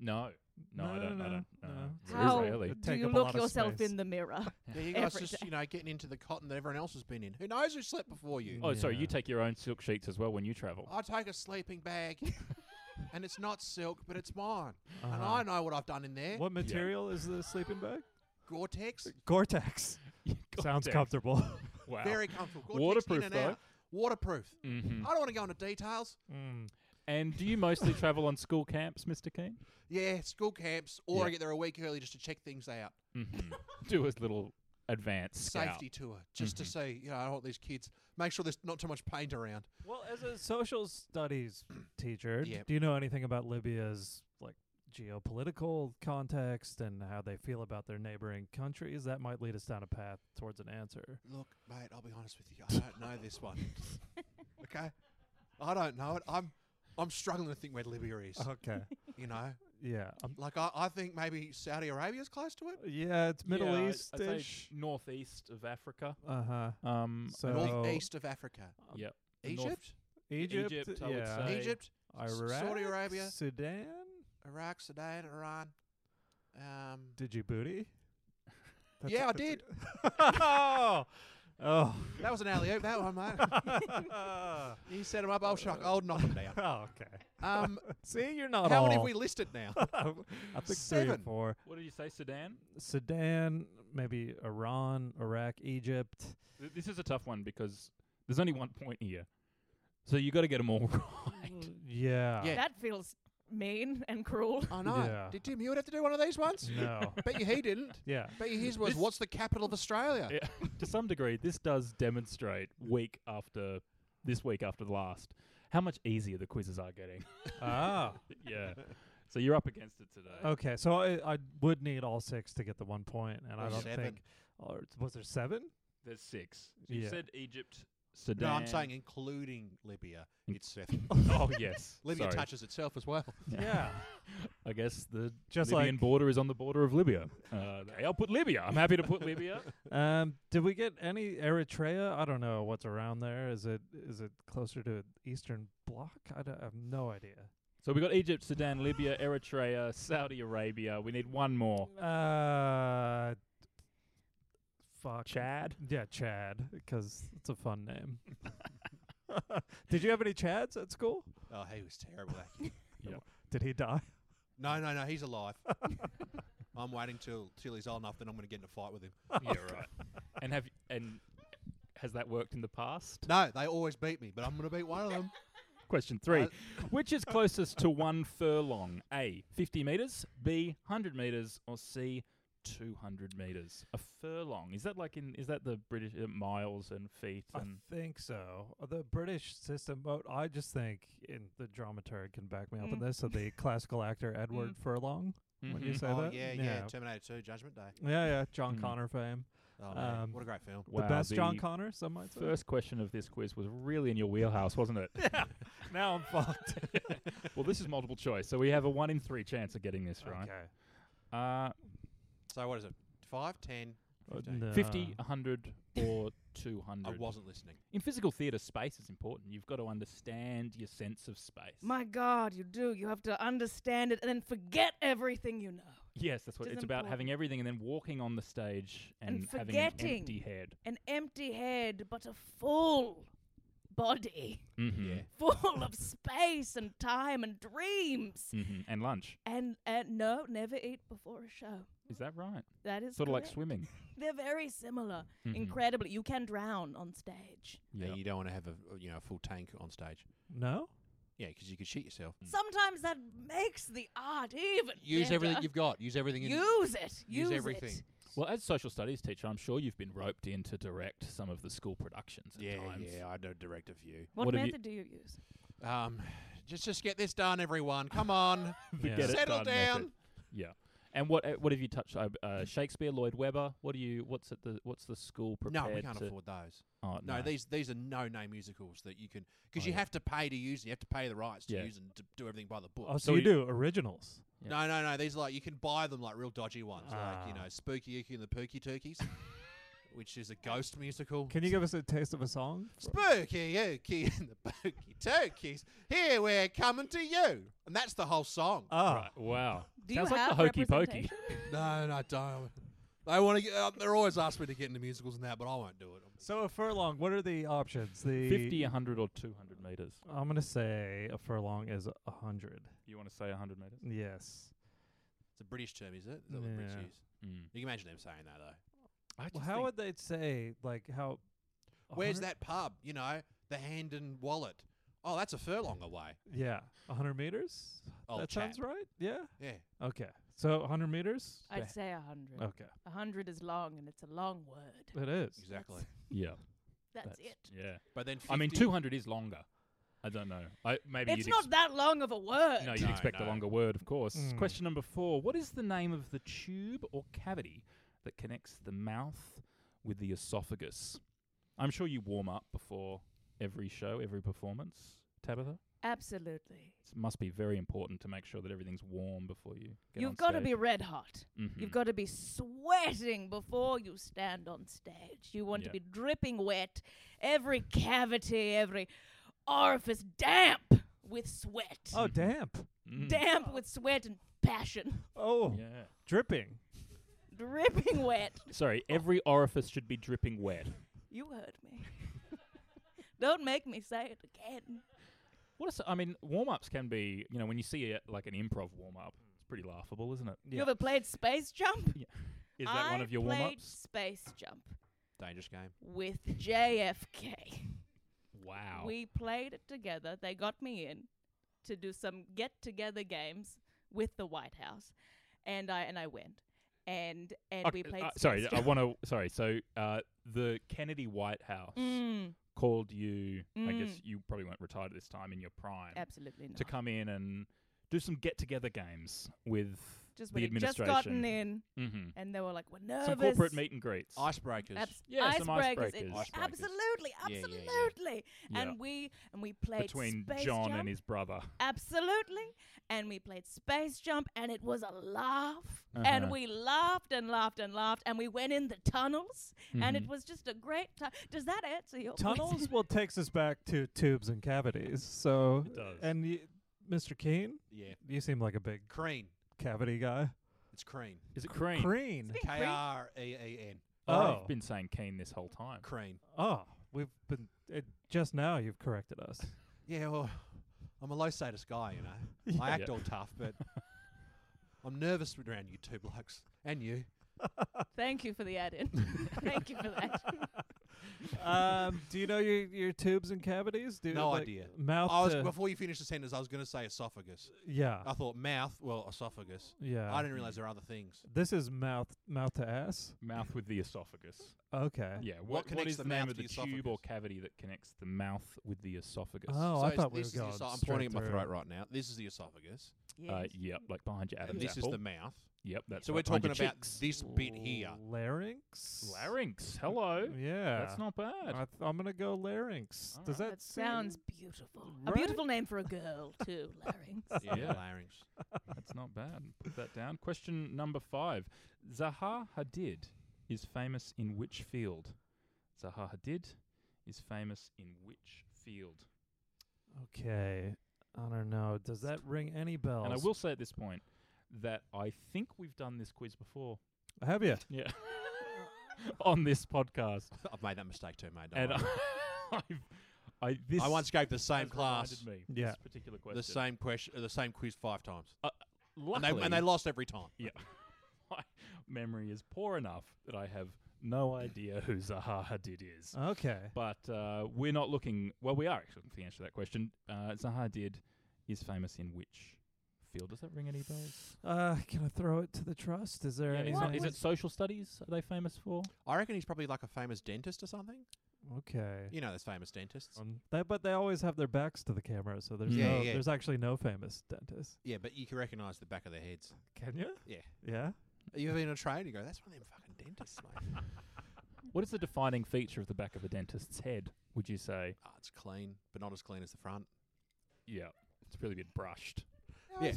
Speaker 1: no, no, I
Speaker 2: No,
Speaker 1: don't. I
Speaker 2: no,
Speaker 1: don't. No.
Speaker 2: no.
Speaker 1: It's
Speaker 2: How-
Speaker 1: very rarely.
Speaker 2: It'd
Speaker 3: do
Speaker 2: take
Speaker 3: you
Speaker 2: up a
Speaker 3: look
Speaker 2: lot of
Speaker 3: yourself
Speaker 2: space.
Speaker 3: in the mirror?
Speaker 4: Yeah, you guys
Speaker 3: every
Speaker 4: just,
Speaker 3: day.
Speaker 4: you know, getting into the cotton that everyone else has been in. Who knows who slept before you?
Speaker 1: Oh, sorry.
Speaker 2: Yeah.
Speaker 1: You take your own silk sheets as well when you travel.
Speaker 4: I take a sleeping bag, and it's not silk, but it's mine. And
Speaker 2: Uh-huh.
Speaker 4: I know eh? what I've done in there.
Speaker 2: what material is the sleeping bag?
Speaker 4: Gore-Tex,
Speaker 2: Gore-Tex. Sounds
Speaker 1: Gore-Tex.
Speaker 2: comfortable.
Speaker 1: Wow.
Speaker 4: very comfortable. Gore-Tex in Oh.
Speaker 1: Waterproof,
Speaker 4: and
Speaker 1: though.
Speaker 4: out. Waterproof.
Speaker 1: Mhm.
Speaker 4: I don't want to go into details.
Speaker 2: Mm.
Speaker 1: And do you mostly travel on school camps, Mr. Keane?
Speaker 4: Yeah, school camps, or I
Speaker 1: Yeah.
Speaker 4: get there a week early just to check things out.
Speaker 1: Mm-hmm. Do a little advanced scout. Mm-hmm.
Speaker 4: Safety tour, just to see, you know, I want these kids. Make sure there's not too much paint around.
Speaker 2: Well, as a social studies teacher,
Speaker 4: Yeah.
Speaker 2: do you know anything about Libya's like geopolitical context and how they feel about their neighboring countries? That might lead us down a path towards an answer.
Speaker 4: Look, mate, I'll be honest with you. I don't know this one. okay, I don't know it. I'm, I'm struggling to think where Libya is.
Speaker 1: Uh-huh.
Speaker 2: Okay.
Speaker 4: You know,
Speaker 2: yeah. Um,
Speaker 4: like I, I think maybe Saudi Arabia's close to it.
Speaker 2: yeah, it's Middle
Speaker 1: Yeah, I'd- I'd
Speaker 2: East
Speaker 1: say
Speaker 2: ish.
Speaker 1: northeast of Africa.
Speaker 2: Uh huh.
Speaker 1: Um,
Speaker 2: So
Speaker 4: Northeast of Africa,
Speaker 1: yeah, the north-
Speaker 4: Egypt,
Speaker 2: Egypt,
Speaker 1: Egypt,
Speaker 2: yeah.
Speaker 1: I would say. North-
Speaker 4: Egypt, S-
Speaker 2: Iraq,
Speaker 4: Saudi Arabia.
Speaker 2: Sudan,
Speaker 4: Iraq, Sudan, Iran. Um,
Speaker 2: Djibouti. That's
Speaker 4: Yeah,
Speaker 2: a-
Speaker 4: I
Speaker 2: that's a-
Speaker 4: did.
Speaker 2: oh, oh.
Speaker 4: that was an alley oop. That one, mate. you set him up. I'll shock. I'll knock him down.
Speaker 2: oh, okay.
Speaker 4: Um,
Speaker 2: See, you're not
Speaker 4: how
Speaker 2: all.
Speaker 4: many have we listed now?
Speaker 2: I think three or
Speaker 4: Seven.
Speaker 2: four.
Speaker 1: What did you say, Sudan?
Speaker 2: Sudan, maybe Iran, Iraq, Egypt.
Speaker 1: Th- This is a tough one because there's only one point here, so you got to get them all
Speaker 4: Mm-hmm.
Speaker 1: right.
Speaker 2: Yeah.
Speaker 4: Yeah.
Speaker 3: That feels mean and cruel.
Speaker 4: I know.
Speaker 2: Yeah.
Speaker 4: Did Tim Hewitt have to do one of these ones?
Speaker 2: No.
Speaker 4: Bet you he didn't.
Speaker 2: yeah.
Speaker 4: Bet you his was,
Speaker 1: This-
Speaker 4: what's the capital of Australia?
Speaker 1: Yeah, to some degree, this does demonstrate week after this week after the last how much easier the quizzes are getting.
Speaker 2: Ah. Uh,
Speaker 1: yeah, so you're up against it today.
Speaker 2: Okay. So I, I would need all six to get the one point, and I
Speaker 4: Or
Speaker 2: don't
Speaker 4: seven.
Speaker 2: think. Or was there seven?
Speaker 1: There's six. You
Speaker 2: Yeah.
Speaker 1: said Egypt, Sudan.
Speaker 4: No, I'm saying including Libya. It's seven.
Speaker 1: oh yes,
Speaker 4: Libya
Speaker 1: Sorry.
Speaker 4: touches itself as well.
Speaker 2: Yeah.
Speaker 1: I guess the
Speaker 2: Just
Speaker 1: Libyan
Speaker 2: like-
Speaker 1: border is on the border of Libya. Uh, I'll put Libya. I'm happy to put Libya.
Speaker 2: Um, did we get any Eritrea? I don't know what's around there. Is it is it closer to Eastern Bloc? I, don't, I have no idea.
Speaker 1: So we got Egypt, Sudan, Libya, Eritrea, Saudi Arabia. We need one more.
Speaker 2: Uh, fuck.
Speaker 1: Chad.
Speaker 2: Yeah, Chad, because it's a fun name. Did you have any Chads at school?
Speaker 4: Oh, he was terrible. that kid.
Speaker 2: Did he die?
Speaker 4: no, no, no. He's alive. I'm waiting till till he's old enough. Then I'm going to get in a fight with him.
Speaker 1: Yeah, right. And have and has that worked in the past?
Speaker 4: No, they always beat me, but I'm going to beat one of them.
Speaker 1: Question three:
Speaker 4: Uh,
Speaker 1: Which is closest to one furlong? A. Fifty meters. B. Hundred meters. Or C. Two hundred meters. A furlong is that like in is that the British uh, miles and feet
Speaker 2: I
Speaker 1: and
Speaker 2: think so. Uh, The British system, but I just think, and the dramaturg can back me up on
Speaker 3: Mm.
Speaker 2: this, so the classical actor Edward Furlong. When you
Speaker 1: Mhm.
Speaker 2: say
Speaker 4: oh,
Speaker 2: that,
Speaker 4: Yeah, yeah, Terminator 2, Judgment Day.
Speaker 2: yeah, yeah. John
Speaker 1: Mm.
Speaker 2: Connor fame,
Speaker 4: Oh,
Speaker 2: Um,
Speaker 4: man. What a great film.
Speaker 1: Wow,
Speaker 2: the best John
Speaker 1: the
Speaker 2: Connor, some might say.
Speaker 1: First question of this quiz was really in your wheelhouse, wasn't it?
Speaker 2: yeah, now I'm fucked.
Speaker 1: well, this is multiple choice, so we have a one in three chance of getting this right.
Speaker 2: Okay.
Speaker 1: Uh,
Speaker 4: So what is it? 5, 10,
Speaker 2: uh,
Speaker 4: 15.
Speaker 2: no.
Speaker 1: 50, 100, or 200.
Speaker 4: I wasn't listening.
Speaker 1: In physical theatre, space is important. You've got to understand your sense of space.
Speaker 3: My God, you do. You have to understand it and then forget everything you know.
Speaker 1: yes, that's what
Speaker 3: Which
Speaker 1: it's
Speaker 3: is
Speaker 1: about having everything and then walking on the stage and,
Speaker 3: And
Speaker 1: having an
Speaker 3: forgetting.
Speaker 1: empty head.
Speaker 3: An empty head, but a full body,
Speaker 1: Mm-hmm.
Speaker 4: Yeah.
Speaker 3: full of space and time and dreams.
Speaker 1: hmm And lunch.
Speaker 3: And uh, no, never eat before a show.
Speaker 1: Is that right?
Speaker 3: That is
Speaker 1: Sort of like
Speaker 3: correct.
Speaker 1: swimming.
Speaker 3: They're very similar.
Speaker 1: Mhm.
Speaker 3: Incredibly, you can drown on stage.
Speaker 1: Yeah.
Speaker 4: And you don't want to have a you know a full tank on stage.
Speaker 2: No.
Speaker 4: Yeah, because you could shit yourself.
Speaker 1: Mm.
Speaker 3: Sometimes that makes the art even.
Speaker 4: Use
Speaker 3: better.
Speaker 4: everything you've got. Use everything. in-
Speaker 3: Use it. Use,
Speaker 4: Use
Speaker 3: it.
Speaker 4: everything.
Speaker 1: Well, as social studies teacher, I'm sure you've been roped in to direct some of the school productions at
Speaker 4: Yeah,
Speaker 1: times.
Speaker 4: yeah. I know direct a few.
Speaker 3: What,
Speaker 1: What have you-
Speaker 3: method do you use?
Speaker 4: Um, just just get this done, everyone. Come on,
Speaker 1: The
Speaker 2: Yeah.
Speaker 1: get it
Speaker 4: settle
Speaker 1: done method.
Speaker 4: down.
Speaker 1: Yeah. And what uh, what have you touched? Uh, uh, Shakespeare, Lloyd Webber. What do you? What's at the? What's the school prepared?
Speaker 4: No, we can't
Speaker 1: to,
Speaker 4: afford those.
Speaker 1: Oh,
Speaker 4: No, these these are no name musicals that you can because
Speaker 1: Oh,
Speaker 4: you
Speaker 1: yeah.
Speaker 4: have to pay to use. them. You have to pay the rights to
Speaker 1: Yeah.
Speaker 4: use and to do everything by the book.
Speaker 2: Oh, so,
Speaker 1: So
Speaker 2: you
Speaker 1: you-
Speaker 2: do originals.
Speaker 1: yeah.
Speaker 4: No, no, no. These are like you can buy them like real dodgy ones, like you
Speaker 2: Ah.
Speaker 4: know Spooky Ooky and the Pooky Turkeys, which is a ghost musical.
Speaker 2: Can you give us a taste of a song?
Speaker 4: Spooky Ooky and the Pooky Turkeys, here we're coming to you, and that's the whole song.
Speaker 2: Oh,
Speaker 1: Right. Wow.
Speaker 3: Do
Speaker 1: Sounds
Speaker 3: you
Speaker 1: like
Speaker 3: have
Speaker 1: the Hokey Pokey.
Speaker 3: representation?
Speaker 4: No, no, I don't. They want to. Get, uh, they're always asking me to get into musicals and that, but I won't do it.
Speaker 2: so a furlong. What are the options? The
Speaker 1: 50, 100, or 200 meters.
Speaker 2: I'm gonna say a furlong is a hundred.
Speaker 1: You want to say 100 meters?
Speaker 2: Yes.
Speaker 4: It's a British term, is it? Is that what the Brits
Speaker 2: Yeah.
Speaker 4: use? You can imagine them saying that though.
Speaker 2: Well, how would they say like how? a
Speaker 4: Where's
Speaker 2: hundred-
Speaker 4: that pub? You know, the hand and wallet. Oh, that's a furlong away.
Speaker 2: Yeah, a hundred meters.
Speaker 4: Old
Speaker 2: that sounds
Speaker 4: chap.
Speaker 2: right. Yeah.
Speaker 4: Yeah.
Speaker 2: Okay. So a hundred meters.
Speaker 3: I'd say a hundred.
Speaker 1: Oh.
Speaker 2: Okay.
Speaker 3: A hundred is long, and it's a long word.
Speaker 2: It is.
Speaker 4: Exactly.
Speaker 1: Yeah.
Speaker 3: That's, it.
Speaker 1: Yeah.
Speaker 4: But then 50,
Speaker 1: I mean, 200 is longer. I don't know. I maybe
Speaker 3: It's
Speaker 1: you'd
Speaker 3: not
Speaker 1: ex-
Speaker 3: that long of a word.
Speaker 1: No, you'd
Speaker 4: No,
Speaker 1: expect
Speaker 4: no.
Speaker 1: a longer word, of course.
Speaker 2: Mm.
Speaker 1: Question number four What is the name of the tube or cavity that connects the mouth with the esophagus? I'm sure you warm up before every show, every performance, Tabitha.
Speaker 3: Absolutely.
Speaker 1: It must be very important to make sure that everything's warm before you get
Speaker 3: You've got to be red hot. You've
Speaker 1: Mhm.
Speaker 3: got to be sweating before you stand on stage. You want
Speaker 1: Yeah.
Speaker 3: to be dripping wet, every cavity, every orifice damp with sweat. Mm.
Speaker 2: Oh, damp.
Speaker 3: Damp with sweat and passion.
Speaker 2: Oh,
Speaker 1: Yeah.
Speaker 2: dripping.
Speaker 3: Dripping wet.
Speaker 1: Sorry, every orifice should be dripping wet.
Speaker 3: You heard me. Don't make me say it again.
Speaker 1: What is, I mean, warm ups can be, you know, when you see a, like an improv warm up, it's pretty laughable, isn't it?
Speaker 3: You ever played Space Jump?
Speaker 1: Yeah. Is that one
Speaker 3: I
Speaker 1: of your warm
Speaker 3: played
Speaker 1: ups?
Speaker 3: Space Jump
Speaker 4: dangerous game.
Speaker 3: with JFK.
Speaker 1: Wow.
Speaker 3: We played it together. They got me in to do some get together games with the White House, and I and I went. And and we
Speaker 1: Okay,
Speaker 3: played.
Speaker 1: uh,
Speaker 3: Space
Speaker 1: sorry, I
Speaker 3: Jump.
Speaker 1: want to. Sorry, so uh, the Kennedy White House
Speaker 3: Mm,
Speaker 1: called you. I guess
Speaker 3: Mm.
Speaker 1: you probably weren't retired at this time in your prime
Speaker 3: absolutely not.
Speaker 1: to come in and do some get-together games with
Speaker 3: just
Speaker 1: the
Speaker 3: when he'd just
Speaker 1: administration.
Speaker 3: gotten in,
Speaker 1: Mm-hmm.
Speaker 3: and they were like, "We're nervous."
Speaker 1: Some corporate meet and greets.
Speaker 4: Icebreakers.
Speaker 3: Abs-
Speaker 1: Yeah, some
Speaker 3: icebreakers.
Speaker 1: icebreakers.
Speaker 3: It's-
Speaker 4: Icebreakers.
Speaker 3: Absolutely,
Speaker 4: Yeah, yeah, yeah.
Speaker 3: absolutely.
Speaker 1: Yeah.
Speaker 3: And we and we played
Speaker 1: between
Speaker 3: Space
Speaker 1: John
Speaker 3: Jump.
Speaker 1: and his brother.
Speaker 3: absolutely. And we played Space Jump, and it was a laugh. And
Speaker 1: Uh-huh.
Speaker 3: we laughed and laughed and laughed, and we went in the tunnels, and
Speaker 1: Mhm.
Speaker 3: it was just a great time. Does that answer your question?
Speaker 2: Mm-hmm. Tunnels. well, takes us back to tubes and cavities. So,
Speaker 1: It does.
Speaker 2: and y- Mr. Keane,
Speaker 4: yeah.
Speaker 2: you seem like a big
Speaker 4: Crean.
Speaker 2: cavity guy.
Speaker 4: It's Crean.
Speaker 1: Is it Crean?
Speaker 2: Crean.
Speaker 3: Speak-
Speaker 4: K R E E N.
Speaker 2: Oh.
Speaker 1: I've been saying Keen this whole time.
Speaker 4: Crean.
Speaker 2: Oh, we've been it, just now. You've corrected us.
Speaker 4: Yeah. Well, I'm a low status guy, you know. I act
Speaker 1: Yeah.
Speaker 4: all tough, but I'm nervous around you two blokes and you.
Speaker 2: Uh,
Speaker 3: Thank you for the add-in. Thank you for that.
Speaker 2: um, do you know your your tubes and cavities? Do you,
Speaker 4: No
Speaker 2: like,
Speaker 4: idea.
Speaker 2: Mouth. uh,
Speaker 4: I was,
Speaker 2: to-
Speaker 4: before you finished the sentence, I was going to say esophagus.
Speaker 2: yeah.
Speaker 4: I thought mouth, well, esophagus.
Speaker 2: yeah.
Speaker 4: I didn't realize there are other things.
Speaker 2: This is mouth mouth to ass.
Speaker 1: mouth with the esophagus.
Speaker 2: Okay.
Speaker 1: Yeah. What,
Speaker 4: Uh, connects
Speaker 1: is
Speaker 4: the
Speaker 1: the, name
Speaker 4: mouth
Speaker 1: of the,
Speaker 4: to the
Speaker 1: tube or
Speaker 4: esophagus?
Speaker 1: cavity that connects the mouth with the esophagus?
Speaker 2: Oh,
Speaker 4: so
Speaker 2: I
Speaker 4: it's-
Speaker 2: thought we were
Speaker 4: this is the
Speaker 2: going.
Speaker 4: eso- I'm pointing at
Speaker 2: straight
Speaker 4: my
Speaker 2: through.
Speaker 4: throat right now. This is the esophagus,
Speaker 1: Uh,
Speaker 3: Yes.
Speaker 1: yep, like behind your
Speaker 4: and
Speaker 1: Adam's
Speaker 4: this is
Speaker 1: apple.
Speaker 4: the mouth.
Speaker 1: Yep, that's
Speaker 4: so
Speaker 1: right,
Speaker 4: we're
Speaker 1: behind
Speaker 4: talking
Speaker 1: your
Speaker 4: about
Speaker 1: cheeks.
Speaker 4: this bit here.
Speaker 2: Larynx.
Speaker 1: larynx. Hello.
Speaker 2: Yeah.
Speaker 1: That's not bad.
Speaker 2: I th- I'm gonna go larynx.
Speaker 1: All
Speaker 2: Does
Speaker 1: right.
Speaker 2: that,
Speaker 3: That sounds
Speaker 2: seem-
Speaker 3: beautiful.
Speaker 2: Right?
Speaker 3: A beautiful name for a girl, too, Larynx.
Speaker 4: Yeah,
Speaker 1: Yeah.
Speaker 4: larynx.
Speaker 1: That's not bad. Put that down. Question number five. Zaha Hadid is famous in which field? Zaha Hadid is famous in which field?
Speaker 2: Okay. I don't know. Does that ring any bells?
Speaker 1: And I will say at this point that I think we've done this quiz before.
Speaker 2: Have you?
Speaker 1: Yeah. On this podcast.
Speaker 4: I've made that mistake too, mate. don't
Speaker 1: And
Speaker 4: worry.
Speaker 1: I've, I, this
Speaker 4: I once gave the
Speaker 1: has
Speaker 4: same class,
Speaker 1: reminded Me,
Speaker 2: Yeah.
Speaker 1: This particular question.
Speaker 4: the same question, the same quiz five times,
Speaker 1: Uh,
Speaker 4: and they, and they
Speaker 1: luckily-
Speaker 4: lost every time.
Speaker 1: Yeah. My memory is poor enough that I have no idea who Zaha Hadid is.
Speaker 2: Okay.
Speaker 1: But uh, we're not looking. Well, we are actually looking for the answer to that question. Uh, Zaha Hadid is famous in which field? Does that ring any bells?
Speaker 2: Uh, can I throw it to the trust? Is there
Speaker 1: Yeah,
Speaker 2: any?
Speaker 1: is,
Speaker 3: What
Speaker 1: it, is it
Speaker 3: was-
Speaker 1: social studies? Are they famous for?
Speaker 4: I reckon he's probably like a famous dentist or something.
Speaker 2: Okay.
Speaker 4: You know, those famous dentists.
Speaker 2: Um, they, but they always have their backs to the camera, so there's
Speaker 4: Yeah,
Speaker 2: no,
Speaker 4: yeah.
Speaker 2: there's actually no famous dentist.
Speaker 4: Yeah, but you can recognise the back of their heads.
Speaker 2: Can you?
Speaker 4: Yeah.
Speaker 2: Yeah.
Speaker 4: You ever in a train? You go, that's one of them fucking dentists, mate.
Speaker 1: What is the defining feature of the back of a dentist's head? Would you say?
Speaker 4: Ah, it's clean, but not as clean as the front.
Speaker 1: Yeah, it's really been brushed.
Speaker 4: Yeah.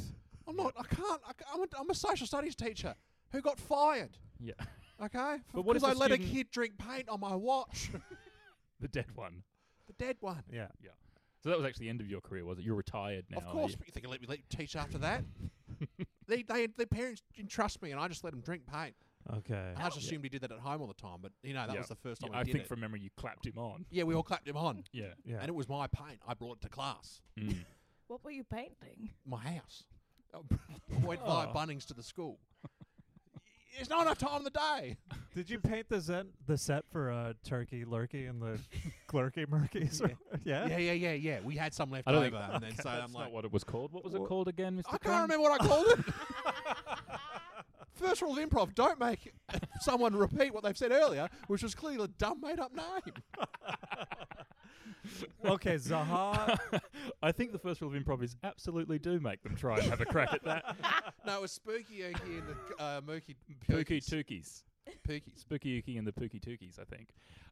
Speaker 4: I'm not. I can't. I, ca- I'm, a, I'm a social studies teacher who got fired.
Speaker 1: Yeah,
Speaker 4: Okay.
Speaker 1: But what if
Speaker 4: Because I
Speaker 1: the
Speaker 4: let a
Speaker 1: student-
Speaker 4: kid drink paint on my watch?
Speaker 1: the dead one.
Speaker 4: the dead one.
Speaker 2: Yeah.
Speaker 1: So that was actually the end of your career, was it? You're retired now.
Speaker 4: of
Speaker 1: are
Speaker 4: course,
Speaker 1: you?
Speaker 4: but you think I let me let you teach after that? they, they, their parents entrust me, and I just let them drink paint.
Speaker 2: Okay.
Speaker 4: I just assumed he did that at home all the time, but you know that
Speaker 1: Yeah.
Speaker 4: was the first time
Speaker 1: Yeah,
Speaker 4: I,
Speaker 1: I
Speaker 4: did
Speaker 1: think
Speaker 4: it.
Speaker 1: from memory you clapped him on.
Speaker 4: yeah, we all clapped him on,
Speaker 1: Yeah.
Speaker 2: Yeah.
Speaker 4: and it was my paint. I brought it to class.
Speaker 1: Mm.
Speaker 3: What were you painting?
Speaker 4: My house. I went via
Speaker 1: Oh.
Speaker 4: Bunnings to the school. There's not enough time in the day.
Speaker 2: Did you paint the set the set for uh, Turkey Lurkey and the Clerky Murkies? Yeah. yeah.
Speaker 4: Yeah, yeah, yeah, yeah. We had some left
Speaker 1: I don't
Speaker 4: over,
Speaker 1: think-
Speaker 4: and then so I'm
Speaker 1: That's
Speaker 4: like,
Speaker 1: not what it was called. What was it called again, Mr.
Speaker 4: I
Speaker 1: Crumb?
Speaker 4: can't remember what I called it. First rule of improv: don't make someone repeat what they've said earlier, which was clearly a dumb made-up name.
Speaker 2: Okay,
Speaker 1: Uh,
Speaker 2: Zaha.
Speaker 1: I think the first rule of improv is absolutely do make them try and have a crack at that.
Speaker 4: No, it was Spooky Ooky and the uh, Mookie
Speaker 1: Pookie Tookies.
Speaker 4: Pookies.
Speaker 1: Spooky Ookie and the Pookie Tookies, I think.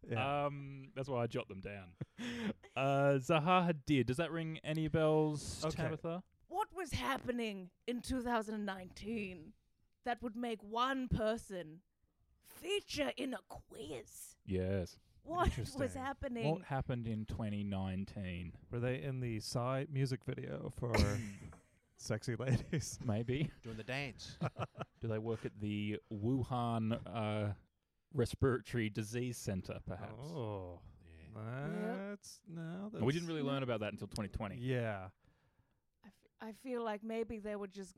Speaker 2: Yeah.
Speaker 1: Um, that's why I jot them down. Uh, Zaha Hadid. Does that ring any bells,
Speaker 2: Okay.
Speaker 1: Tabitha?
Speaker 3: What was happening in 2019 that would make one person feature in a quiz?
Speaker 1: Yes.
Speaker 3: What was
Speaker 2: Interesting.
Speaker 3: happening?
Speaker 1: What happened in 2019?
Speaker 2: Were they in the Psy music video for Sexy Ladies?
Speaker 1: Maybe.
Speaker 4: Doing the dance.
Speaker 1: Do they work at the Wuhan uh, Respiratory Disease Center, perhaps?
Speaker 2: Oh. That's no. That's,
Speaker 1: And we didn't really learn about that until 2020.
Speaker 2: Yeah.
Speaker 3: I, f- I feel like maybe they were just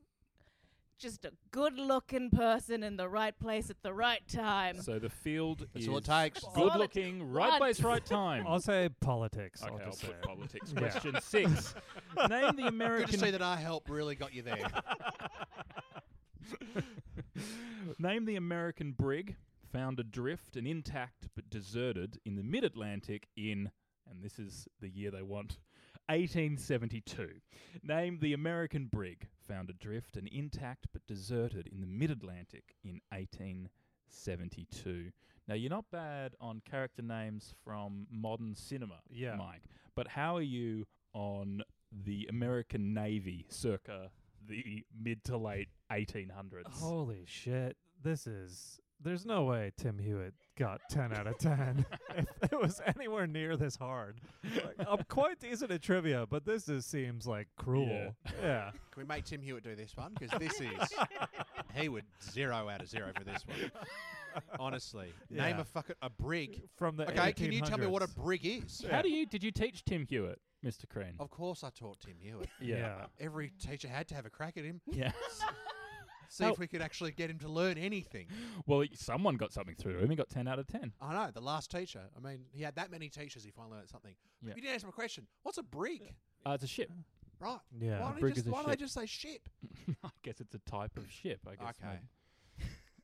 Speaker 3: just a good-looking person in the right place at the right time.
Speaker 1: So the field
Speaker 4: That's
Speaker 1: is
Speaker 4: all it takes.
Speaker 1: good
Speaker 3: Solid-
Speaker 1: looking, right
Speaker 3: What?
Speaker 1: place, right time.
Speaker 2: I'll say politics.
Speaker 1: Okay,
Speaker 2: I'll
Speaker 1: I'll
Speaker 2: just say.
Speaker 1: put politics.
Speaker 2: Yeah.
Speaker 1: Question six. Name the
Speaker 4: Good to see
Speaker 1: American
Speaker 4: that our help really got you there.
Speaker 1: Name the American brig found adrift and intact but deserted in the mid Atlantic in and this is the year they want. 1872. Name the American brig found adrift and intact but deserted in the mid Atlantic in 1872. Now, you're not bad on character names from modern cinema,
Speaker 2: Yeah.
Speaker 1: Mike, but how are you on the American Navy circa the mid to late 1800s?
Speaker 2: Holy shit. This is. There's no way Tim Hewitt got 10 out of 10 if it was anywhere near this hard. Like, I'm quite decent at trivia, but this is, seems like cruel. Yeah.
Speaker 4: Can we make Tim Hewitt do this one? Because this is he would zero out of zero for this one. Honestly, name
Speaker 2: Yeah.
Speaker 4: a fucking a brig.
Speaker 2: From the
Speaker 4: Okay, can you tell me what a
Speaker 2: 1800s.
Speaker 4: brig is?
Speaker 1: How do you did you teach Tim Hewitt, Mr. Crane?
Speaker 4: Of course, I taught Tim Hewitt.
Speaker 2: Yeah.
Speaker 4: Every teacher had to have a crack at him.
Speaker 1: Yeah.
Speaker 4: See
Speaker 1: How-
Speaker 4: if we could actually get him to learn anything.
Speaker 1: Well, y- someone got something through him. He got 10 out of 10.
Speaker 4: I know, the last teacher. I mean, he had that many teachers, he finally learned something. But
Speaker 1: Yeah.
Speaker 4: You didn't answer my question. What's a brig?
Speaker 1: Uh, it's a ship.
Speaker 4: Right.
Speaker 2: Yeah.
Speaker 4: Why
Speaker 2: A
Speaker 4: don't, you
Speaker 1: brig
Speaker 4: just,
Speaker 1: is a
Speaker 4: why don't I
Speaker 1: ship.
Speaker 4: just say ship?
Speaker 1: I guess it's a type of ship. I guess.
Speaker 4: Okay.
Speaker 1: maybe.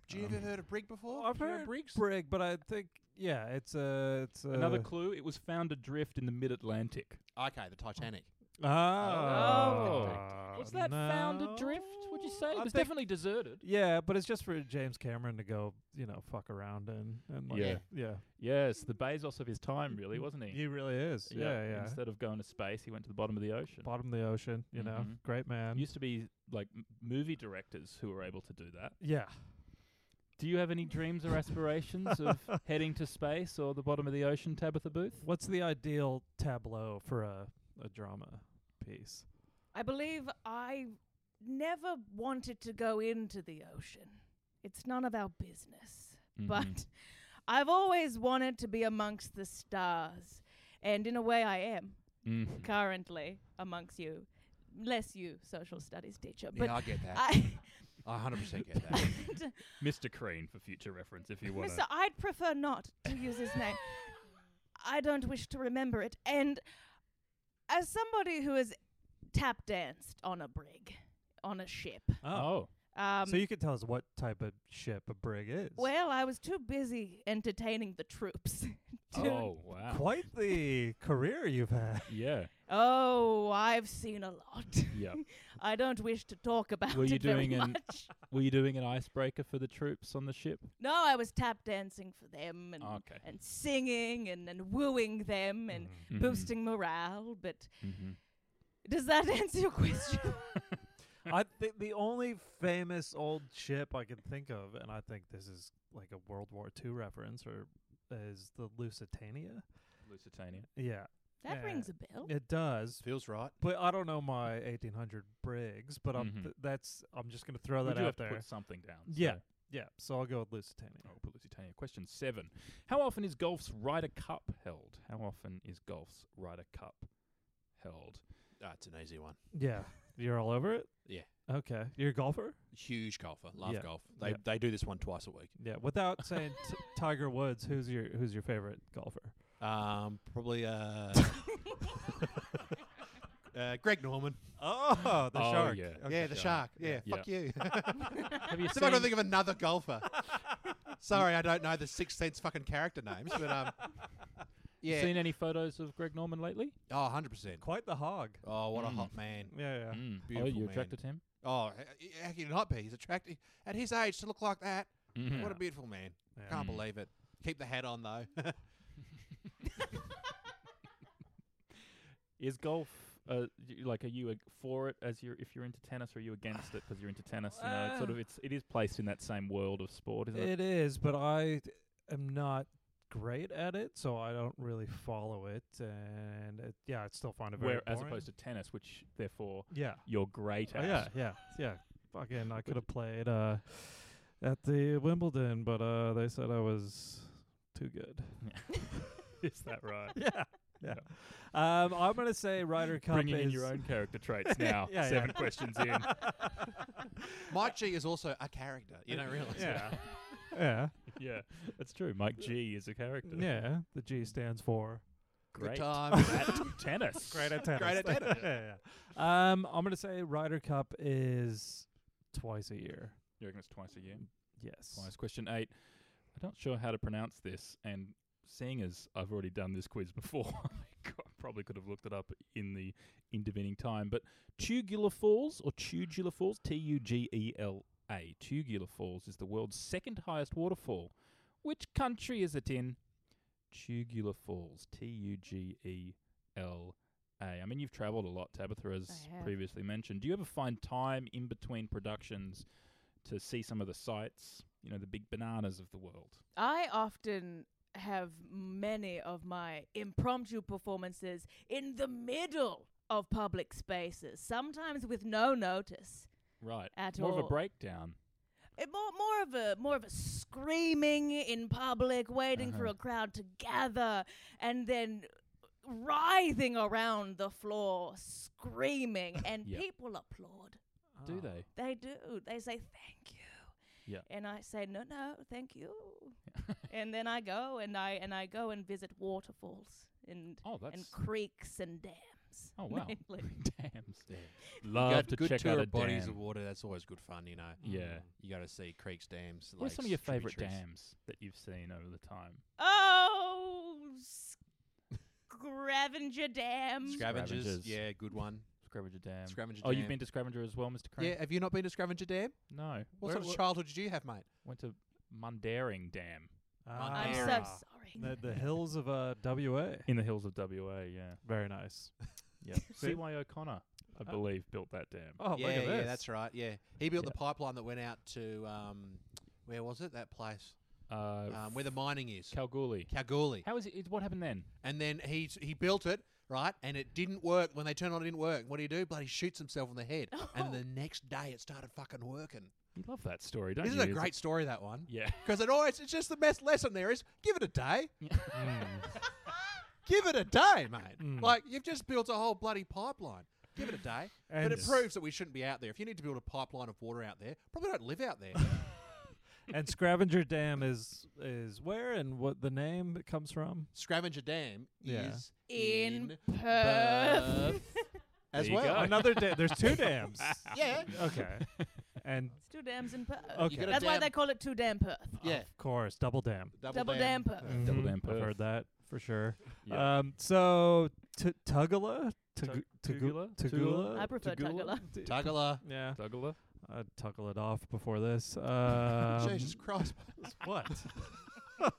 Speaker 4: Do you
Speaker 1: Um,
Speaker 4: ever heard of brig before?
Speaker 2: I've
Speaker 4: Do you know
Speaker 2: heard
Speaker 4: brigs?
Speaker 2: brig, but I think yeah, it's a it's a,
Speaker 1: Another clue: it was found adrift in the mid-Atlantic.
Speaker 4: okay, the Titanic.
Speaker 2: Oh. Ah,
Speaker 1: Oh.
Speaker 4: Oh.
Speaker 1: was that found adrift? Would you say it
Speaker 2: I
Speaker 1: was
Speaker 2: think-
Speaker 1: definitely deserted?
Speaker 2: Yeah, but it's just for James Cameron to go, you know, fuck around in and like, yeah,
Speaker 1: Yeah. Yes, the Bezos of his time, really, wasn't he?
Speaker 2: He really is. Yeah, yeah.
Speaker 1: Instead of going to space, he went to the bottom of the ocean.
Speaker 2: Bottom of the ocean, you know,
Speaker 1: Mhm.
Speaker 2: great man.
Speaker 1: Used to be like m- movie directors who were able to do that.
Speaker 2: yeah,
Speaker 1: Do you have any dreams or aspirations of heading to space or the bottom of the ocean, Tabitha Booth?
Speaker 2: what's the ideal tableau for a a drama piece?
Speaker 3: I believe I never wanted to go into the ocean. It's none of our business.
Speaker 4: Mm-hmm.
Speaker 3: But I've always wanted to be amongst the stars. And in a way, I am
Speaker 4: Mm.
Speaker 1: Mhm.
Speaker 3: currently amongst you. Less you, social studies teacher. But
Speaker 4: Yeah, I get that.
Speaker 3: I,
Speaker 4: I 100% get that.
Speaker 1: Mr. Crane for future reference, if you want.
Speaker 3: Mr. I'd prefer not to use his name. I don't wish to remember it. And as somebody who has tap danced on a brig, on a ship,
Speaker 1: Oh,
Speaker 3: um,
Speaker 2: so you could tell us what type of ship a brig is.
Speaker 3: well, I was too busy entertaining the troops.
Speaker 1: oh,
Speaker 3: to-
Speaker 1: wow.
Speaker 2: quite the career you've had.
Speaker 1: Yeah,
Speaker 3: Oh, I've seen a lot.
Speaker 1: yeah.
Speaker 3: I don't wish to talk about
Speaker 1: Were you
Speaker 3: it very
Speaker 1: doing an-
Speaker 3: much.
Speaker 1: Were you doing an icebreaker for the troops on the ship?
Speaker 3: No, I was tap dancing for them and,
Speaker 1: Okay.
Speaker 3: and singing and, and wooing them and
Speaker 1: Mhm.
Speaker 3: boosting morale. But
Speaker 1: Mm-hmm.
Speaker 3: does that answer your question?
Speaker 2: I think the only famous old ship I can think of, and I think this is like a World War II reference, or is the Lusitania.
Speaker 1: Lusitania.
Speaker 2: Yeah,
Speaker 3: that
Speaker 2: Yeah.
Speaker 3: rings a bell.
Speaker 2: it does.
Speaker 4: Feels right.
Speaker 2: But I don't know my 1800 brigs, but I'm
Speaker 1: Mhm.
Speaker 2: th- that's I'm just gonna throw
Speaker 1: We
Speaker 2: that
Speaker 1: do
Speaker 2: out
Speaker 1: have to
Speaker 2: there.
Speaker 1: put something down.
Speaker 2: Yeah,
Speaker 1: so-
Speaker 2: yeah. So I'll go with Lusitania.
Speaker 1: Oh, put Lusitania. Question seven. How often is golf's Ryder Cup held? How often is golf's Ryder Cup held?
Speaker 4: That's Ah, an easy one.
Speaker 2: Yeah, you're all over it.
Speaker 4: Yeah.
Speaker 2: Okay, you're a golfer.
Speaker 4: Huge golfer. Love
Speaker 2: Yeah.
Speaker 4: golf.
Speaker 2: Yeah.
Speaker 4: they do this one twice a week.
Speaker 2: Yeah, without saying t- Tiger Woods, who's your who's your favorite golfer?
Speaker 4: Um, probably uh, uh, Greg Norman.
Speaker 2: Oh, the
Speaker 1: Oh,
Speaker 2: shark.
Speaker 1: yeah.
Speaker 2: Okay.
Speaker 4: yeah, the shark. Yeah,
Speaker 1: Yeah.
Speaker 4: fuck you.
Speaker 1: Have you
Speaker 4: See if I can think of another golfer. Sorry, I don't know the Sixth Sense fucking character names, but um, yeah.
Speaker 1: seen any photos of Greg Norman lately?
Speaker 4: oh, 100 percent.
Speaker 2: Quite the hog.
Speaker 4: Oh, what a hot man.
Speaker 2: Yeah, yeah.
Speaker 1: Mm.
Speaker 4: Beautiful
Speaker 1: oh, you
Speaker 4: man.
Speaker 1: attracted to him?
Speaker 4: Oh, h- how can you not be? He's attractive at his age to look like that.
Speaker 1: Mhm.
Speaker 4: What a beautiful man.
Speaker 2: Yeah.
Speaker 4: Can't believe it. Keep the hat on though.
Speaker 1: Is golf uh, y- like are you ag- for it as you're if you're into tennis or are you against it because you're into tennis? You know, it's sort of it's it is placed in that same world of sport, isn't it?
Speaker 2: Ah. It is, but I d- am not great at it, so I don't really follow it. And it, yeah, I still find it very
Speaker 1: Where as
Speaker 2: boring.
Speaker 1: opposed to tennis, which therefore
Speaker 2: yeah,
Speaker 1: you're great
Speaker 2: Oh,
Speaker 1: at.
Speaker 2: yeah, yeah, yeah. Fucking, I could have played uh, at the Wimbledon, but uh, they said I was too good.
Speaker 1: is that right?
Speaker 2: Yeah, yeah. Um, I'm gonna say Ryder Cup
Speaker 1: Bringing
Speaker 2: is
Speaker 1: in your own character traits now.
Speaker 2: Yeah, yeah.
Speaker 1: Seven questions in.
Speaker 4: Mike G is also a character. You don't realize. it.
Speaker 2: Yeah, yeah,
Speaker 1: yeah, that's true. Mike G is a character.
Speaker 2: yeah. The G stands for
Speaker 4: Good
Speaker 1: great
Speaker 4: time.
Speaker 1: at tennis.
Speaker 2: great at tennis.
Speaker 4: Great at tennis.
Speaker 2: yeah, yeah. Um, I'm gonna say Ryder Cup is twice a year.
Speaker 1: You reckon it's twice a year?
Speaker 2: Yes.
Speaker 1: Twice. Question eight. I'm not sure how to pronounce this, and seeing as I've already done this quiz before, I co- probably could have looked it up in the intervening time. But Tugular Falls or Tugular Falls, T U G E L A. Tugular Falls is the world's second highest waterfall. Which country is it in? Tugular Falls, T U G E L A. I mean, you've travelled a lot, Tabitha, as
Speaker 3: have.
Speaker 1: previously mentioned. Do you ever find time in between productions to see some of the sights? You know, the big bananas of the world.
Speaker 3: I often have many of my impromptu performances in the middle of public spaces, sometimes with no notice.
Speaker 1: Right.
Speaker 3: At
Speaker 1: More of a
Speaker 3: all.
Speaker 1: breakdown.
Speaker 3: It more more of a more of a screaming in public, waiting
Speaker 2: Uh-huh.
Speaker 3: for a crowd to gather, and then writhing around the floor, screaming, and
Speaker 1: Yeah.
Speaker 3: people applaud.
Speaker 1: do
Speaker 2: Ah.
Speaker 1: they?
Speaker 3: They do. They say thank you.
Speaker 1: Yeah.
Speaker 3: And I say no, no, thank you. and then I go and I and I go and visit waterfalls and
Speaker 1: Oh, that's
Speaker 3: and creeks and dams.
Speaker 1: oh wow,
Speaker 3: mainly.
Speaker 1: dams. Love
Speaker 4: got
Speaker 1: to
Speaker 4: good
Speaker 1: check
Speaker 4: tour
Speaker 1: out a
Speaker 4: of bodies
Speaker 1: dam.
Speaker 4: of water. That's always good fun, you know. Mm.
Speaker 1: Yeah.
Speaker 4: You got to see creeks, dams.
Speaker 1: What are
Speaker 4: lakes,
Speaker 1: some of your favorite
Speaker 4: tributaries.
Speaker 1: dams that you've seen over the time?
Speaker 3: Oh, s- Gravenger Dam.
Speaker 4: Scavengers,
Speaker 1: Scavengers.
Speaker 4: yeah, good one.
Speaker 1: Scavenger Dam.
Speaker 4: Scavenger
Speaker 1: oh, you've
Speaker 4: Dam.
Speaker 1: been to Scavenger as well, Mr. Crane?
Speaker 4: Yeah, have you not been to Scavenger Dam?
Speaker 1: No.
Speaker 4: What
Speaker 1: Where-
Speaker 4: sort of
Speaker 1: where-
Speaker 4: childhood did you have, mate?
Speaker 1: Went to Mundaring Dam
Speaker 3: I'm so
Speaker 4: Mary.
Speaker 2: Ah.
Speaker 3: sorry.
Speaker 2: The, the hills of uh, WA.
Speaker 1: in the hills of WA. Yeah.
Speaker 2: Very nice.
Speaker 1: Yeah. C.Y. O'Connor, I
Speaker 4: Uh,
Speaker 1: believe, built that dam.
Speaker 2: Oh,
Speaker 4: yeah,
Speaker 2: look at this.
Speaker 4: yeah, that's right. Yeah, he built
Speaker 1: Yeah.
Speaker 4: the pipeline that went out to um, where was it? That place
Speaker 1: Uh,
Speaker 4: um, where the mining is,
Speaker 1: Kalgoorlie.
Speaker 4: Kalgoorlie.
Speaker 1: How is it? it- What happened then?
Speaker 4: And then he he built it right, and it didn't work. When they turned on, it didn't work. What do you do? Bloody shoots himself in the head, and the next day it started fucking working.
Speaker 1: You love that story, don't
Speaker 4: Isn't
Speaker 1: you?
Speaker 4: it a great story that one?
Speaker 1: Yeah.
Speaker 4: Because it always it's just the best lesson there is give it a day. Mm. give it a day, mate.
Speaker 1: Mm.
Speaker 4: Like you've just built a whole bloody pipeline. Give it a day.
Speaker 2: And-
Speaker 4: but it proves that we shouldn't be out there. If you need to build a pipeline of water out there, probably don't live out there.
Speaker 2: and Scavenger Dam is is where and what the name it comes from?
Speaker 4: Scavenger Dam
Speaker 2: Yeah.
Speaker 4: is
Speaker 3: In Perth.
Speaker 4: Perth as
Speaker 1: There you
Speaker 4: well.
Speaker 1: go.
Speaker 2: Another dam. There's two dams.
Speaker 4: Yeah.
Speaker 2: Okay. And
Speaker 3: It's two dams in Perth.
Speaker 2: Okay. You got
Speaker 4: a
Speaker 3: That's why
Speaker 4: dam-
Speaker 3: they call it two dam Perth.
Speaker 4: Yeah.
Speaker 2: of course, double dam.
Speaker 3: Double dam, Perth.
Speaker 1: Double
Speaker 2: Mhm.
Speaker 1: dam
Speaker 2: I've
Speaker 1: Perth.
Speaker 2: heard that for sure.
Speaker 4: Uh,
Speaker 1: Yeah.
Speaker 2: Um, so t- Tugela, Tugu- Tugu-
Speaker 1: Tugula?
Speaker 2: Tugula,
Speaker 3: I prefer Tugula.
Speaker 4: Tugala.
Speaker 2: Yeah,
Speaker 1: Douglas.
Speaker 2: I tuggle it off before this. Um,
Speaker 4: Jesus Christ.
Speaker 2: what?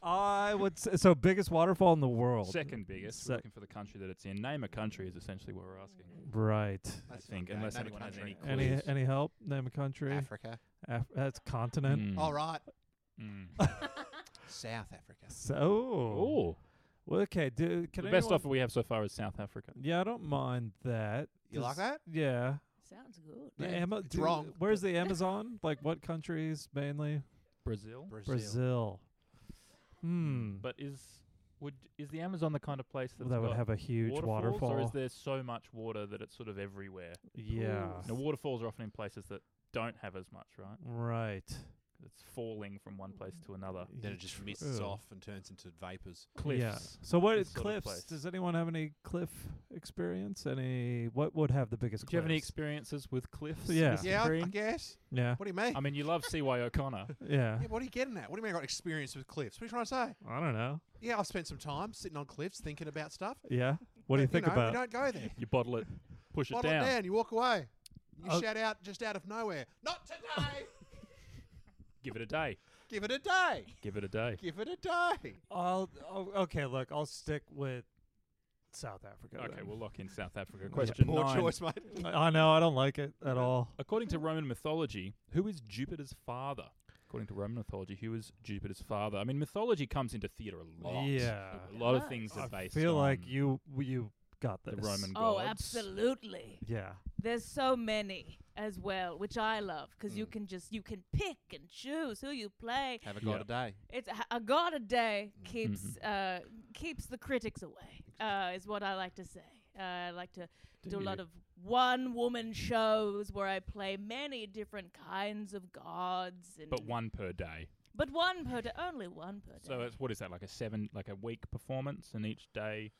Speaker 2: I would say, so biggest waterfall in the world.
Speaker 1: Second biggest.
Speaker 2: Sec-
Speaker 1: We're looking for the country that it's in. Name a country is essentially what we're asking.
Speaker 2: Right.
Speaker 1: I think, unless
Speaker 4: name a
Speaker 1: anyone has
Speaker 4: country.
Speaker 1: any
Speaker 2: Any
Speaker 1: clues.
Speaker 2: any help? Name a country.
Speaker 4: Africa.
Speaker 2: Af- that's continent.
Speaker 1: Mm.
Speaker 4: All right.
Speaker 1: Mm.
Speaker 4: South Africa.
Speaker 2: So oh.
Speaker 1: Oh,
Speaker 2: Well, okay. Do, can
Speaker 1: the best
Speaker 2: anyone-
Speaker 1: offer we have so far is South Africa.
Speaker 2: Yeah, I don't mind that.
Speaker 4: You like
Speaker 2: Does-
Speaker 4: that?
Speaker 2: Yeah.
Speaker 3: Sounds good.
Speaker 2: The
Speaker 4: Yeah,
Speaker 2: Ama-
Speaker 4: it's
Speaker 2: do- uh,
Speaker 4: wrong,
Speaker 2: Where's the Amazon? like what countries mainly?
Speaker 1: Brazil.
Speaker 4: Brazil.
Speaker 2: Brazil. Hmm.
Speaker 1: Mm. But is would is the Amazon the kind of place
Speaker 2: Well,
Speaker 1: that's
Speaker 2: that would
Speaker 1: got
Speaker 2: have a huge
Speaker 1: waterfalls,
Speaker 2: waterfall.
Speaker 1: or is there so much water that it's sort of everywhere?
Speaker 2: yeah.
Speaker 1: Now waterfalls are often in places that don't have as much, right?
Speaker 2: Right.
Speaker 1: 'Cause It's falling from one place to another.
Speaker 4: Then it just mists
Speaker 2: True.
Speaker 4: off and turns into vapors.
Speaker 1: Cliffs.
Speaker 2: Yeah. So what
Speaker 1: This
Speaker 2: is
Speaker 1: sort of
Speaker 2: cliffs?
Speaker 1: place.
Speaker 2: Does anyone have any cliff experience? Any what would have the biggest
Speaker 1: Do you have any
Speaker 2: cliffs?
Speaker 1: experiences with cliffs?
Speaker 2: Yeah.
Speaker 1: Mr.
Speaker 4: Yeah, I
Speaker 1: Green?
Speaker 4: guess.
Speaker 2: yeah.
Speaker 4: What do you mean?
Speaker 1: I mean, you love C.Y. O'Connor.
Speaker 2: yeah.
Speaker 4: yeah, what are you getting at? What do you mean I got experience with cliffs? What are you trying to say?
Speaker 2: I don't know.
Speaker 4: Yeah, I've spent some time sitting on cliffs thinking about stuff.
Speaker 2: Yeah. What do you
Speaker 4: But,
Speaker 2: think
Speaker 4: know,
Speaker 2: about?
Speaker 4: You don't go there.
Speaker 1: You bottle it, push
Speaker 4: Bottle
Speaker 1: it down.
Speaker 4: it down. You walk away. You
Speaker 2: Oh.
Speaker 4: shout out just out of nowhere. Not today.
Speaker 1: Give it a day.
Speaker 4: Give it a day.
Speaker 1: Give it a day.
Speaker 4: Give it a day.
Speaker 2: I'll, I'll- okay. Look, I'll stick with South Africa.
Speaker 1: Okay,
Speaker 2: then.
Speaker 1: we'll lock in South Africa. Question
Speaker 4: Poor
Speaker 1: nine.
Speaker 4: choice, mate.
Speaker 2: I I know I don't like it at all.
Speaker 1: According to Roman mythology, who is Jupiter's father? According to Roman mythology, who is Jupiter's father? I mean, mythology comes into theatre a lot.
Speaker 2: Yeah.
Speaker 1: a lot of
Speaker 3: Nice.
Speaker 1: things are
Speaker 2: I
Speaker 1: based.
Speaker 2: feel like
Speaker 1: on
Speaker 2: you you got this.
Speaker 1: the Roman
Speaker 3: Oh,
Speaker 1: gods.
Speaker 3: absolutely.
Speaker 2: Yeah.
Speaker 3: There's so many as well, which I love because you can just you can pick and choose who you play.
Speaker 4: Have a
Speaker 1: go Yeah.
Speaker 4: day.
Speaker 3: It's a, a god a day
Speaker 1: Mm-hmm.
Speaker 3: keeps uh, keeps the critics away. Uh, is what I like to say. Uh, I like to do, a lot
Speaker 1: you?
Speaker 3: of one woman shows where I play many different kinds of gods. And
Speaker 1: But one per day.
Speaker 3: but one per day, only one per day.
Speaker 1: So it's what is that like a seven, like a week performance, and each day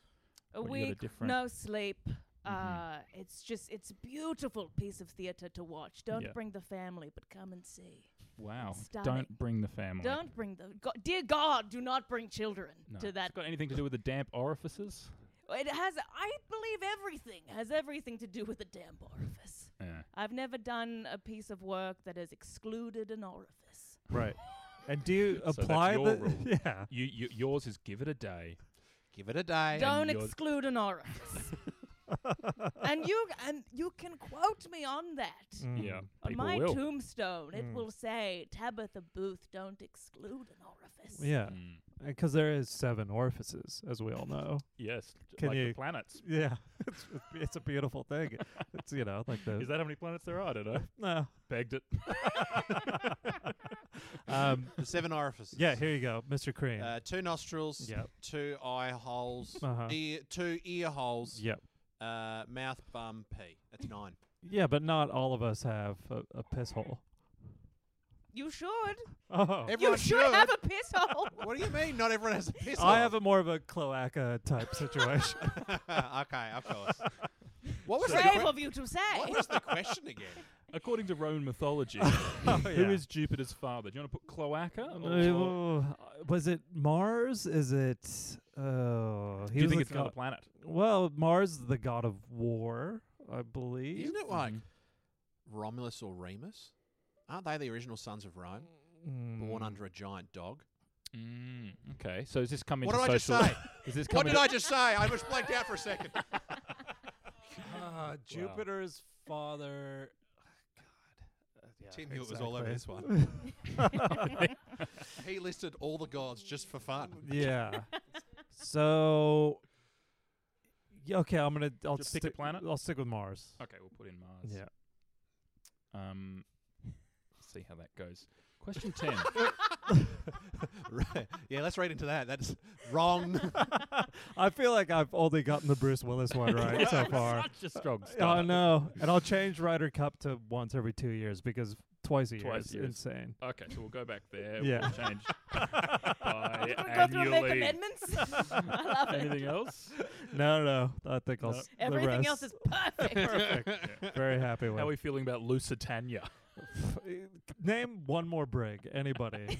Speaker 3: a
Speaker 1: Well, you got a
Speaker 3: week,
Speaker 1: different- Mm-hmm.
Speaker 3: no sleep. Uh, it's just it's a beautiful piece of theater to watch. Don't
Speaker 1: Yeah.
Speaker 3: bring the family, but come and see.
Speaker 1: Wow.
Speaker 3: Stunning.
Speaker 1: Don't bring the family.
Speaker 3: Don't bring the go- dear God, do not bring children
Speaker 1: No.
Speaker 3: to that.
Speaker 1: It's got anything to do with the damp orifices?
Speaker 3: It has. I believe everything has everything to do with the damn orifice.
Speaker 1: Yeah.
Speaker 3: I've never done a piece of work that has excluded an orifice.
Speaker 2: Right. And do you
Speaker 1: that's
Speaker 2: apply
Speaker 1: your
Speaker 2: the
Speaker 1: rule.
Speaker 2: yeah?
Speaker 1: You, you, yours is give it a day.
Speaker 4: Give it a day.
Speaker 3: Don't
Speaker 1: yours-
Speaker 3: exclude an orifice. and you and you can quote me on that.
Speaker 4: Mm.
Speaker 1: Yeah.
Speaker 3: On
Speaker 1: People
Speaker 3: my
Speaker 1: will.
Speaker 3: tombstone, it will say Tabitha Booth, don't exclude an orifice.
Speaker 2: Yeah.
Speaker 1: Mm.
Speaker 2: Because there is seven orifices, as we all know.
Speaker 1: Yes. j-
Speaker 2: Can
Speaker 1: like
Speaker 2: you-
Speaker 1: the planets.
Speaker 2: Yeah, it's, it's- it's a beautiful thing. It's you know like the
Speaker 1: Is that how many planets there are? I don't know.
Speaker 2: no.
Speaker 1: Begged it.
Speaker 2: Um,
Speaker 4: The seven orifices.
Speaker 2: yeah, here you go, Mr. Crean.
Speaker 4: Uh, two nostrils.
Speaker 2: Yep.
Speaker 4: Two eye holes.
Speaker 2: Uh-huh.
Speaker 4: Ear, two ear holes.
Speaker 2: yep.
Speaker 4: Uh, mouth, bum, pee. That's nine.
Speaker 2: Yeah, but not all of us have a, a piss hole.
Speaker 3: You should.
Speaker 2: Oh.
Speaker 3: you
Speaker 4: Everyone
Speaker 3: should, have a piss hole.
Speaker 4: What do you mean? Not everyone has a piss.
Speaker 2: I have a more of a cloaca type situation.
Speaker 4: a. okay, of course. What was, the
Speaker 3: Brave
Speaker 4: que-
Speaker 3: of you to say.
Speaker 4: what was the question again?
Speaker 1: According to Roman mythology,
Speaker 2: yeah.
Speaker 1: who is Jupiter's father? Do you want to put cloaca? Or, or-
Speaker 2: Uh, was it Mars? Is it? Oh, he
Speaker 1: do you
Speaker 2: was
Speaker 1: think
Speaker 2: a
Speaker 1: it's another
Speaker 2: god-
Speaker 1: planet?
Speaker 2: Well, Mars is the god of war, I believe.
Speaker 4: Isn't it like
Speaker 2: Mm-hmm.
Speaker 4: Romulus or Remus? Aren't they the original sons of Rome,
Speaker 2: Hmm. Mm.
Speaker 4: born under a giant dog?
Speaker 1: Mm, okay, so is this coming?
Speaker 4: What
Speaker 1: to
Speaker 4: did I just
Speaker 1: social?
Speaker 4: say?
Speaker 1: Is this
Speaker 4: What
Speaker 1: coming?
Speaker 4: did I just say? I was blanked out for a second.
Speaker 2: Uh, Jupiter's father. God. Uh,
Speaker 4: Tim Hewitt was all over this one. He listed all the gods just for fun.
Speaker 2: yeah. so. Yeah, okay, I'm gonna. I'll
Speaker 1: Just pick a
Speaker 2: stick,
Speaker 1: planet?
Speaker 2: I'll stick with Mars.
Speaker 1: okay, we'll put in Mars.
Speaker 2: Yeah.
Speaker 1: Um, see how that goes. Question ten.
Speaker 4: Right. Yeah, let's read into that. That's wrong.
Speaker 2: I feel like I've only gotten the Bruce Willis one right so far.
Speaker 1: Such a strong
Speaker 2: Oh
Speaker 1: start.
Speaker 2: no! And I'll change Ryder Cup to once every two years because twice a year
Speaker 1: Twice
Speaker 2: is
Speaker 1: a year.
Speaker 2: insane.
Speaker 1: Okay, so we'll go back there.
Speaker 2: Yeah.
Speaker 1: We'll change
Speaker 3: We're
Speaker 1: by
Speaker 3: gonna go through and make
Speaker 1: annually.
Speaker 3: amendments. I love it.
Speaker 1: Anything else?
Speaker 2: No, no, no. I think I'll.
Speaker 1: No.
Speaker 2: s- the
Speaker 3: Everything
Speaker 2: rest-
Speaker 3: else is perfect.
Speaker 2: perfect. Very happy with. eh,
Speaker 1: How are we feeling about Lusitania?
Speaker 2: Name one more brig. Anybody?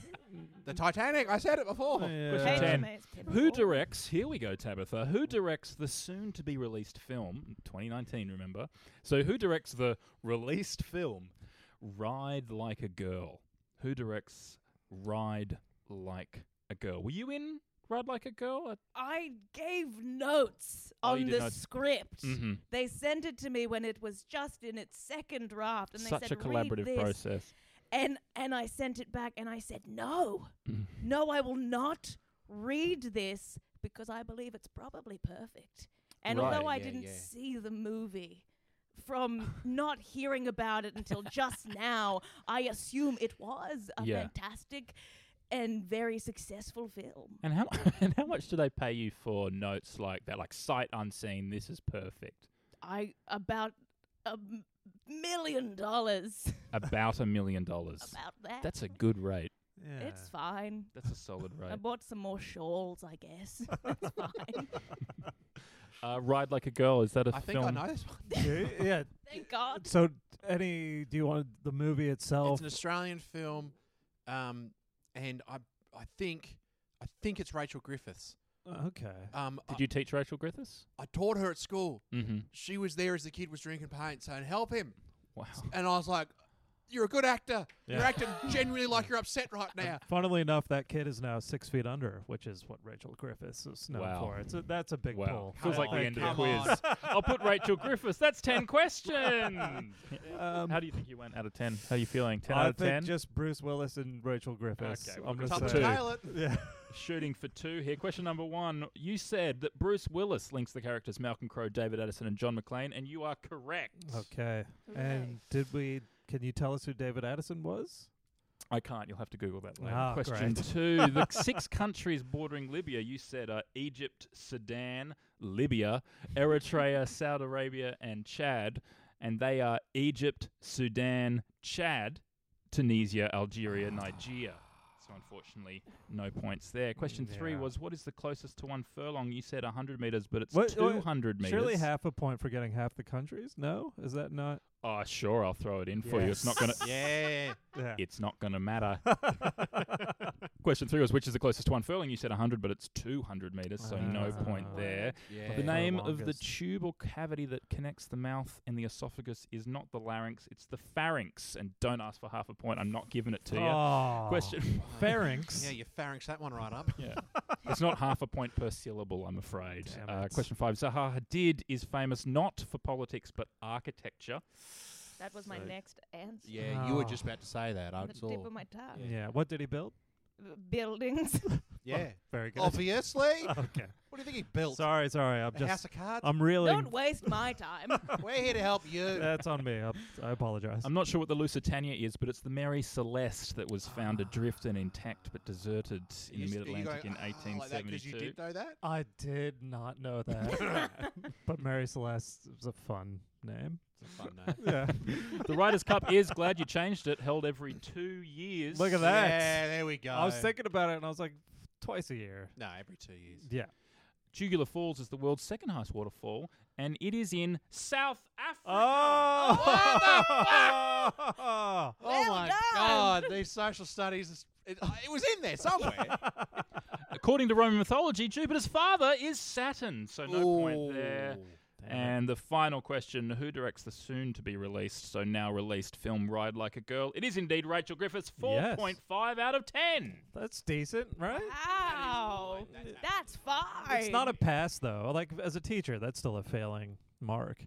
Speaker 4: the Titanic. I said it before.
Speaker 1: Oh, Question
Speaker 2: Yeah.
Speaker 1: ten.
Speaker 3: mate, it's
Speaker 1: Who
Speaker 3: pitiful.
Speaker 1: directs? Here we go, Tabitha. Who directs the soon-to-be-released film, 2019? Remember. So who directs the released film, Ride Like a Girl? Who directs Ride Like a Girl? Were you in Ride Like a Girl?
Speaker 3: I gave notes
Speaker 1: Oh, you
Speaker 3: on
Speaker 1: did
Speaker 3: the
Speaker 1: notes.
Speaker 3: script.
Speaker 1: Mhm.
Speaker 3: They sent it to me when it was just in its second draft, and they
Speaker 1: Such
Speaker 3: said,
Speaker 1: a
Speaker 3: "Read
Speaker 1: collaborative
Speaker 3: this."
Speaker 1: process.
Speaker 3: And and I sent it back, and I said, "No, no, I will not read this because I believe it's probably perfect." And
Speaker 1: Right,
Speaker 3: although I
Speaker 4: yeah,
Speaker 3: didn't
Speaker 4: yeah.
Speaker 3: see the movie. From not hearing about it until just now, I assume it was a
Speaker 1: Yeah.
Speaker 3: fantastic and very successful film.
Speaker 1: And how and how much do they pay you for notes like that? Like sight unseen, this is perfect.
Speaker 3: I about a m- million dollars
Speaker 1: About a million dollars.
Speaker 3: about that.
Speaker 1: That's a good rate.
Speaker 2: Yeah.
Speaker 3: it's fine.
Speaker 1: That's a solid
Speaker 3: I
Speaker 1: rate.
Speaker 3: bought some more shawls, I guess. it's fine.
Speaker 1: Uh, Ride like a girl. Is that a
Speaker 4: I think
Speaker 1: film?
Speaker 4: I know this one.
Speaker 2: Yeah, yeah.
Speaker 3: Thank God.
Speaker 2: So, d- any? Do you want the movie itself?
Speaker 4: It's an Australian film, um, and I I think I think it's Rachel Griffiths.
Speaker 2: okay.
Speaker 4: Um,
Speaker 1: Did
Speaker 4: I,
Speaker 1: you teach Rachel Griffiths?
Speaker 4: I taught her at school.
Speaker 1: Mm-hmm.
Speaker 4: She was there as the kid was drinking paint, saying, "Help him!"
Speaker 1: Wow.
Speaker 4: And I was like, "You're a good actor. You're
Speaker 2: Yeah.
Speaker 4: acting genuinely like you're upset right now."
Speaker 2: Funnily enough, that kid is now six feet under, which is what Rachel Griffiths is known
Speaker 1: Wow.
Speaker 2: for. It's a, that's a big
Speaker 1: Wow.
Speaker 2: pull.
Speaker 1: Feels
Speaker 2: Yeah,
Speaker 1: like the
Speaker 2: thank
Speaker 1: end of
Speaker 2: you.
Speaker 1: the quiz. I'll put Rachel Griffiths. That's 10 questions.
Speaker 2: Um,
Speaker 1: How do you think you went out of 10? How are you feeling? 10
Speaker 2: I
Speaker 1: out of
Speaker 2: think
Speaker 1: 10?
Speaker 2: just Bruce Willis and Rachel Griffiths.
Speaker 1: Okay,
Speaker 2: I'm
Speaker 1: we'll
Speaker 2: gonna
Speaker 1: go
Speaker 4: Tough
Speaker 1: with
Speaker 2: say.
Speaker 4: to
Speaker 1: two.
Speaker 4: tail it.
Speaker 2: Yeah.
Speaker 1: Shooting for two here. Question number one. You said that Bruce Willis links the characters Malcolm Crowe, David Addison, and John McClane, and you are correct.
Speaker 2: Okay. And did we? Can you tell us who David Addison was?
Speaker 1: I can't. You'll have to Google that later.
Speaker 2: Ah,
Speaker 1: Question
Speaker 2: great.
Speaker 1: two. The six countries bordering Libya, you said, are Egypt, Sudan, Libya, Eritrea, Saudi Arabia, and Chad. And they are Egypt, Sudan, Chad, Tunisia, Algeria,
Speaker 2: Ah.
Speaker 1: Nigeria. So unfortunately, no points there. Question three
Speaker 2: Yeah.
Speaker 1: was what is the closest to one furlong? You said 100 meters, but it's
Speaker 2: What- what-
Speaker 1: 200 meters.
Speaker 2: Surely half a point for getting half the countries? No, is that not?
Speaker 1: Oh, sure, I'll throw it in for you. It's not going to.
Speaker 4: Yeah.
Speaker 2: Yeah.
Speaker 1: It's not going to matter. Question three was which is the closest to one furlong? You said 100, but it's 200 meters, so no
Speaker 2: Ah.
Speaker 1: point there.
Speaker 4: Yeah.
Speaker 1: The name of the
Speaker 2: longest.
Speaker 1: tubal cavity that connects the mouth and the esophagus is not the larynx, it's the pharynx. And don't ask for half a point, I'm not giving it to you.
Speaker 2: Oh.
Speaker 1: Question.
Speaker 2: Pharynx.
Speaker 4: Yeah, you pharynx that one right up.
Speaker 1: Yeah. it's not half a point per syllable, I'm afraid.
Speaker 2: Damn
Speaker 1: Uh,
Speaker 2: it.
Speaker 1: question five Zaha Hadid is famous not for politics but architecture.
Speaker 3: That was my next answer.
Speaker 4: Yeah, you were
Speaker 2: Oh.
Speaker 4: just about to say that. I
Speaker 3: On the
Speaker 4: saw.
Speaker 3: tip of my tongue.
Speaker 2: Yeah. What did he build?
Speaker 3: Buildings.
Speaker 4: Yeah.
Speaker 2: Very good.
Speaker 4: Obviously.
Speaker 2: Okay.
Speaker 4: What do you think he built?
Speaker 2: Sorry, sorry. I'm
Speaker 4: A
Speaker 2: just.
Speaker 4: house of cards?
Speaker 2: I'm really.
Speaker 3: Don't waste my time.
Speaker 4: We're here to help you.
Speaker 2: That's on me. i I apologize.
Speaker 1: I'm not sure what the Lusitania is, but it's the Mary Celeste that was found adrift and intact but deserted in
Speaker 4: Ah. You
Speaker 1: the Mid
Speaker 4: s- are you
Speaker 1: Atlantic in
Speaker 4: going, "Ah," like that 'cause
Speaker 1: 1872.
Speaker 4: you did know that?
Speaker 2: I did not know that. but Mary Celeste was a fun name. Yeah.
Speaker 1: the Riders' Cup is glad you changed it, held every two years.
Speaker 2: Look at that.
Speaker 4: Yeah, there we go.
Speaker 2: I was thinking about it and I was like, twice a year.
Speaker 4: No, every two years.
Speaker 2: Yeah.
Speaker 1: Tubular Falls is the world's second highest waterfall, and it is in South Africa.
Speaker 2: Oh!
Speaker 4: Oh
Speaker 3: Well
Speaker 4: my
Speaker 3: done.
Speaker 4: god, these social studies. is- It, oh, it was in there somewhere.
Speaker 1: According to Roman mythology, Jupiter's father is Saturn, so no point there.
Speaker 4: Ooh.
Speaker 1: And the final question Who directs the soon to be released, so now released film Ride Like a Girl? It is indeed Rachel Griffiths,
Speaker 2: Yes.
Speaker 1: 4.5 out of 10.
Speaker 2: That's decent, right?
Speaker 3: Wow. That's fine.
Speaker 2: It's not a pass, though. Like, as a teacher, that's still a failing mark.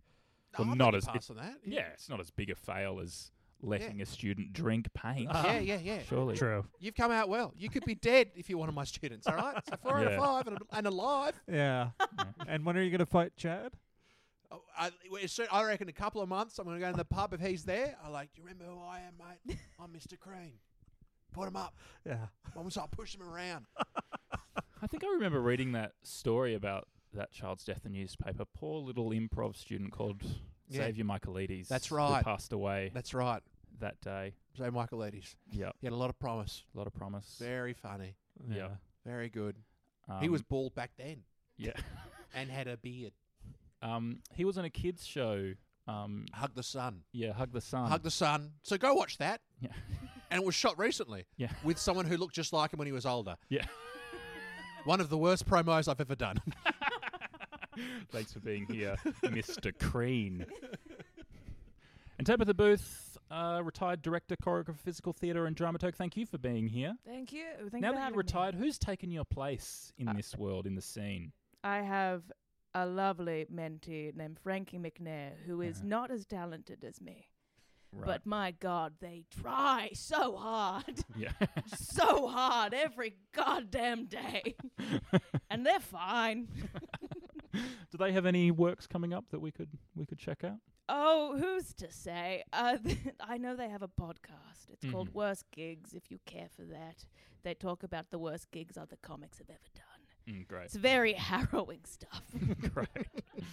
Speaker 1: Well,
Speaker 4: I'm
Speaker 1: not
Speaker 4: gonna
Speaker 1: as-
Speaker 4: pass on that.
Speaker 1: Yeah, it's not as big a fail as letting a student drink paint.
Speaker 4: Yeah, yeah, yeah.
Speaker 1: Surely.
Speaker 2: True.
Speaker 4: You've come out well. You could be dead if you're one of my students. All right, so four out
Speaker 1: Yeah.
Speaker 4: of five and, and alive.
Speaker 2: Yeah. and when are you going to fight Chad?
Speaker 4: Oh, I, well, so- I reckon a couple of months. I'm going to go to the pub if he's there. I like. Do you remember who I am, mate? I'm Mr. Crean. Put him up.
Speaker 2: Yeah.
Speaker 4: I'm I push him around.
Speaker 1: I think I remember reading that story about that child's death in the newspaper. Poor little improv student called
Speaker 4: Yeah.
Speaker 1: Xavier Michaelides.
Speaker 4: That's
Speaker 1: Who
Speaker 4: right.
Speaker 1: passed away
Speaker 4: That's right.
Speaker 1: that day.
Speaker 4: So Michael, ladies,
Speaker 1: Yeah.
Speaker 4: he had a lot of promise.
Speaker 1: A lot of promise.
Speaker 4: Very funny.
Speaker 1: Yeah.
Speaker 4: Very good. he was
Speaker 1: Um,
Speaker 4: bald back then
Speaker 1: Yeah.
Speaker 4: and had a beard.
Speaker 1: Um, he was on a kids' show. Um,
Speaker 4: Hug the sun.
Speaker 1: yeah, Hug the Sun.
Speaker 4: Hug the sun. So go watch that.
Speaker 1: Yeah.
Speaker 4: And it was shot recently
Speaker 1: Yeah.
Speaker 4: with someone who looked just like him when he was older.
Speaker 1: Yeah.
Speaker 4: One of the worst promos I've ever done.
Speaker 1: Thanks for being here, Mr. Crean. And Tabitha Booth, uh, retired director, choreographer, of physical theatre, and dramaturg. Thank you for being here.
Speaker 3: Thank you. Thank
Speaker 1: now
Speaker 3: you for
Speaker 1: that
Speaker 3: having
Speaker 1: you're
Speaker 3: me.
Speaker 1: retired, who's taken your place in this world, in the scene?
Speaker 3: I have a lovely mentee named Frankie McNair, who is
Speaker 1: Uh-huh.
Speaker 3: not as talented as me.
Speaker 1: Right.
Speaker 3: But my God, they try so hard,
Speaker 1: yeah.
Speaker 3: so hard every goddamn day, and they're fine.
Speaker 1: Do they have any works coming up that we could we could check out?
Speaker 3: Oh, who's to say? Uh, I know they have a podcast. It's
Speaker 1: Mhm.
Speaker 3: called Worst Gigs. If you care for that, they talk about the worst gigs other comics have ever done.
Speaker 1: Mm, great.
Speaker 3: It's very harrowing stuff.
Speaker 1: great.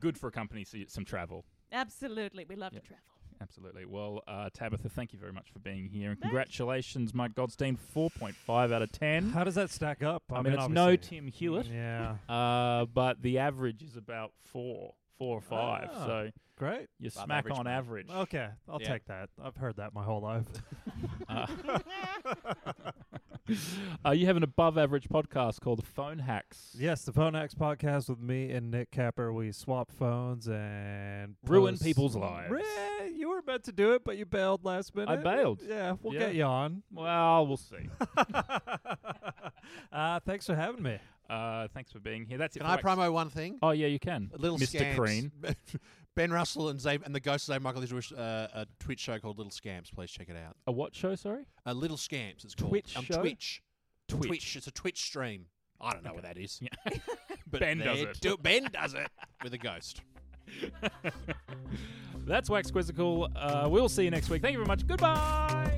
Speaker 1: Good for a company, so some travel.
Speaker 3: Absolutely, we love
Speaker 1: Yeah.
Speaker 3: to travel.
Speaker 1: Absolutely. Well, uh, Tabitha, thank you very much for being here. And congratulations, Mike Godstein, 4.5 out of 10.
Speaker 2: How does that stack up?
Speaker 1: I mean, it's no Tim Hewitt,
Speaker 2: Yeah.
Speaker 1: uh, but the average is about four, four or five.
Speaker 2: Ah.
Speaker 1: So
Speaker 2: Great.
Speaker 1: you're
Speaker 4: Above
Speaker 1: smack
Speaker 4: average,
Speaker 1: on
Speaker 4: mate.
Speaker 1: average.
Speaker 2: Okay. I'll
Speaker 4: Yeah.
Speaker 2: take that. I've heard that my whole life.
Speaker 1: Uh, uh, you have an above average podcast called The Phone Hacks.
Speaker 2: yes, the Phone Axe podcast with me and Nick Capper. We swap phones and
Speaker 1: Ruin
Speaker 2: post-
Speaker 1: people's lives.
Speaker 2: Re- you were meant to do it, but you bailed last minute.
Speaker 1: bailed.
Speaker 2: Yeah, we'll
Speaker 1: Yeah.
Speaker 2: get you on.
Speaker 1: Well, we'll see.
Speaker 2: uh, thanks for having me.
Speaker 1: uh, thanks for being here. That's it.
Speaker 4: Can
Speaker 1: for
Speaker 4: I
Speaker 1: Wax-
Speaker 4: promo one thing?
Speaker 1: Oh, yeah, you can.
Speaker 4: A Little
Speaker 1: Mr.
Speaker 4: Scamps.
Speaker 1: Crean.
Speaker 4: ben Russell and Zay, and the Ghost of Zay Michael Lewis, uh, a Twitch show called Little Scamps. Please check it out.
Speaker 1: A what show, sorry?
Speaker 4: A Little Scamps, it's called.
Speaker 1: Twitch
Speaker 4: on
Speaker 1: show?
Speaker 4: Twitch.
Speaker 1: Twitch.
Speaker 4: It's a Twitch stream. I don't know what that is. but
Speaker 1: Ben does
Speaker 4: they
Speaker 1: it.
Speaker 4: do- ben does it with a ghost.
Speaker 1: That's Wax Quizzical. Uh, we'll see you next week. Thank you very much. Goodbye.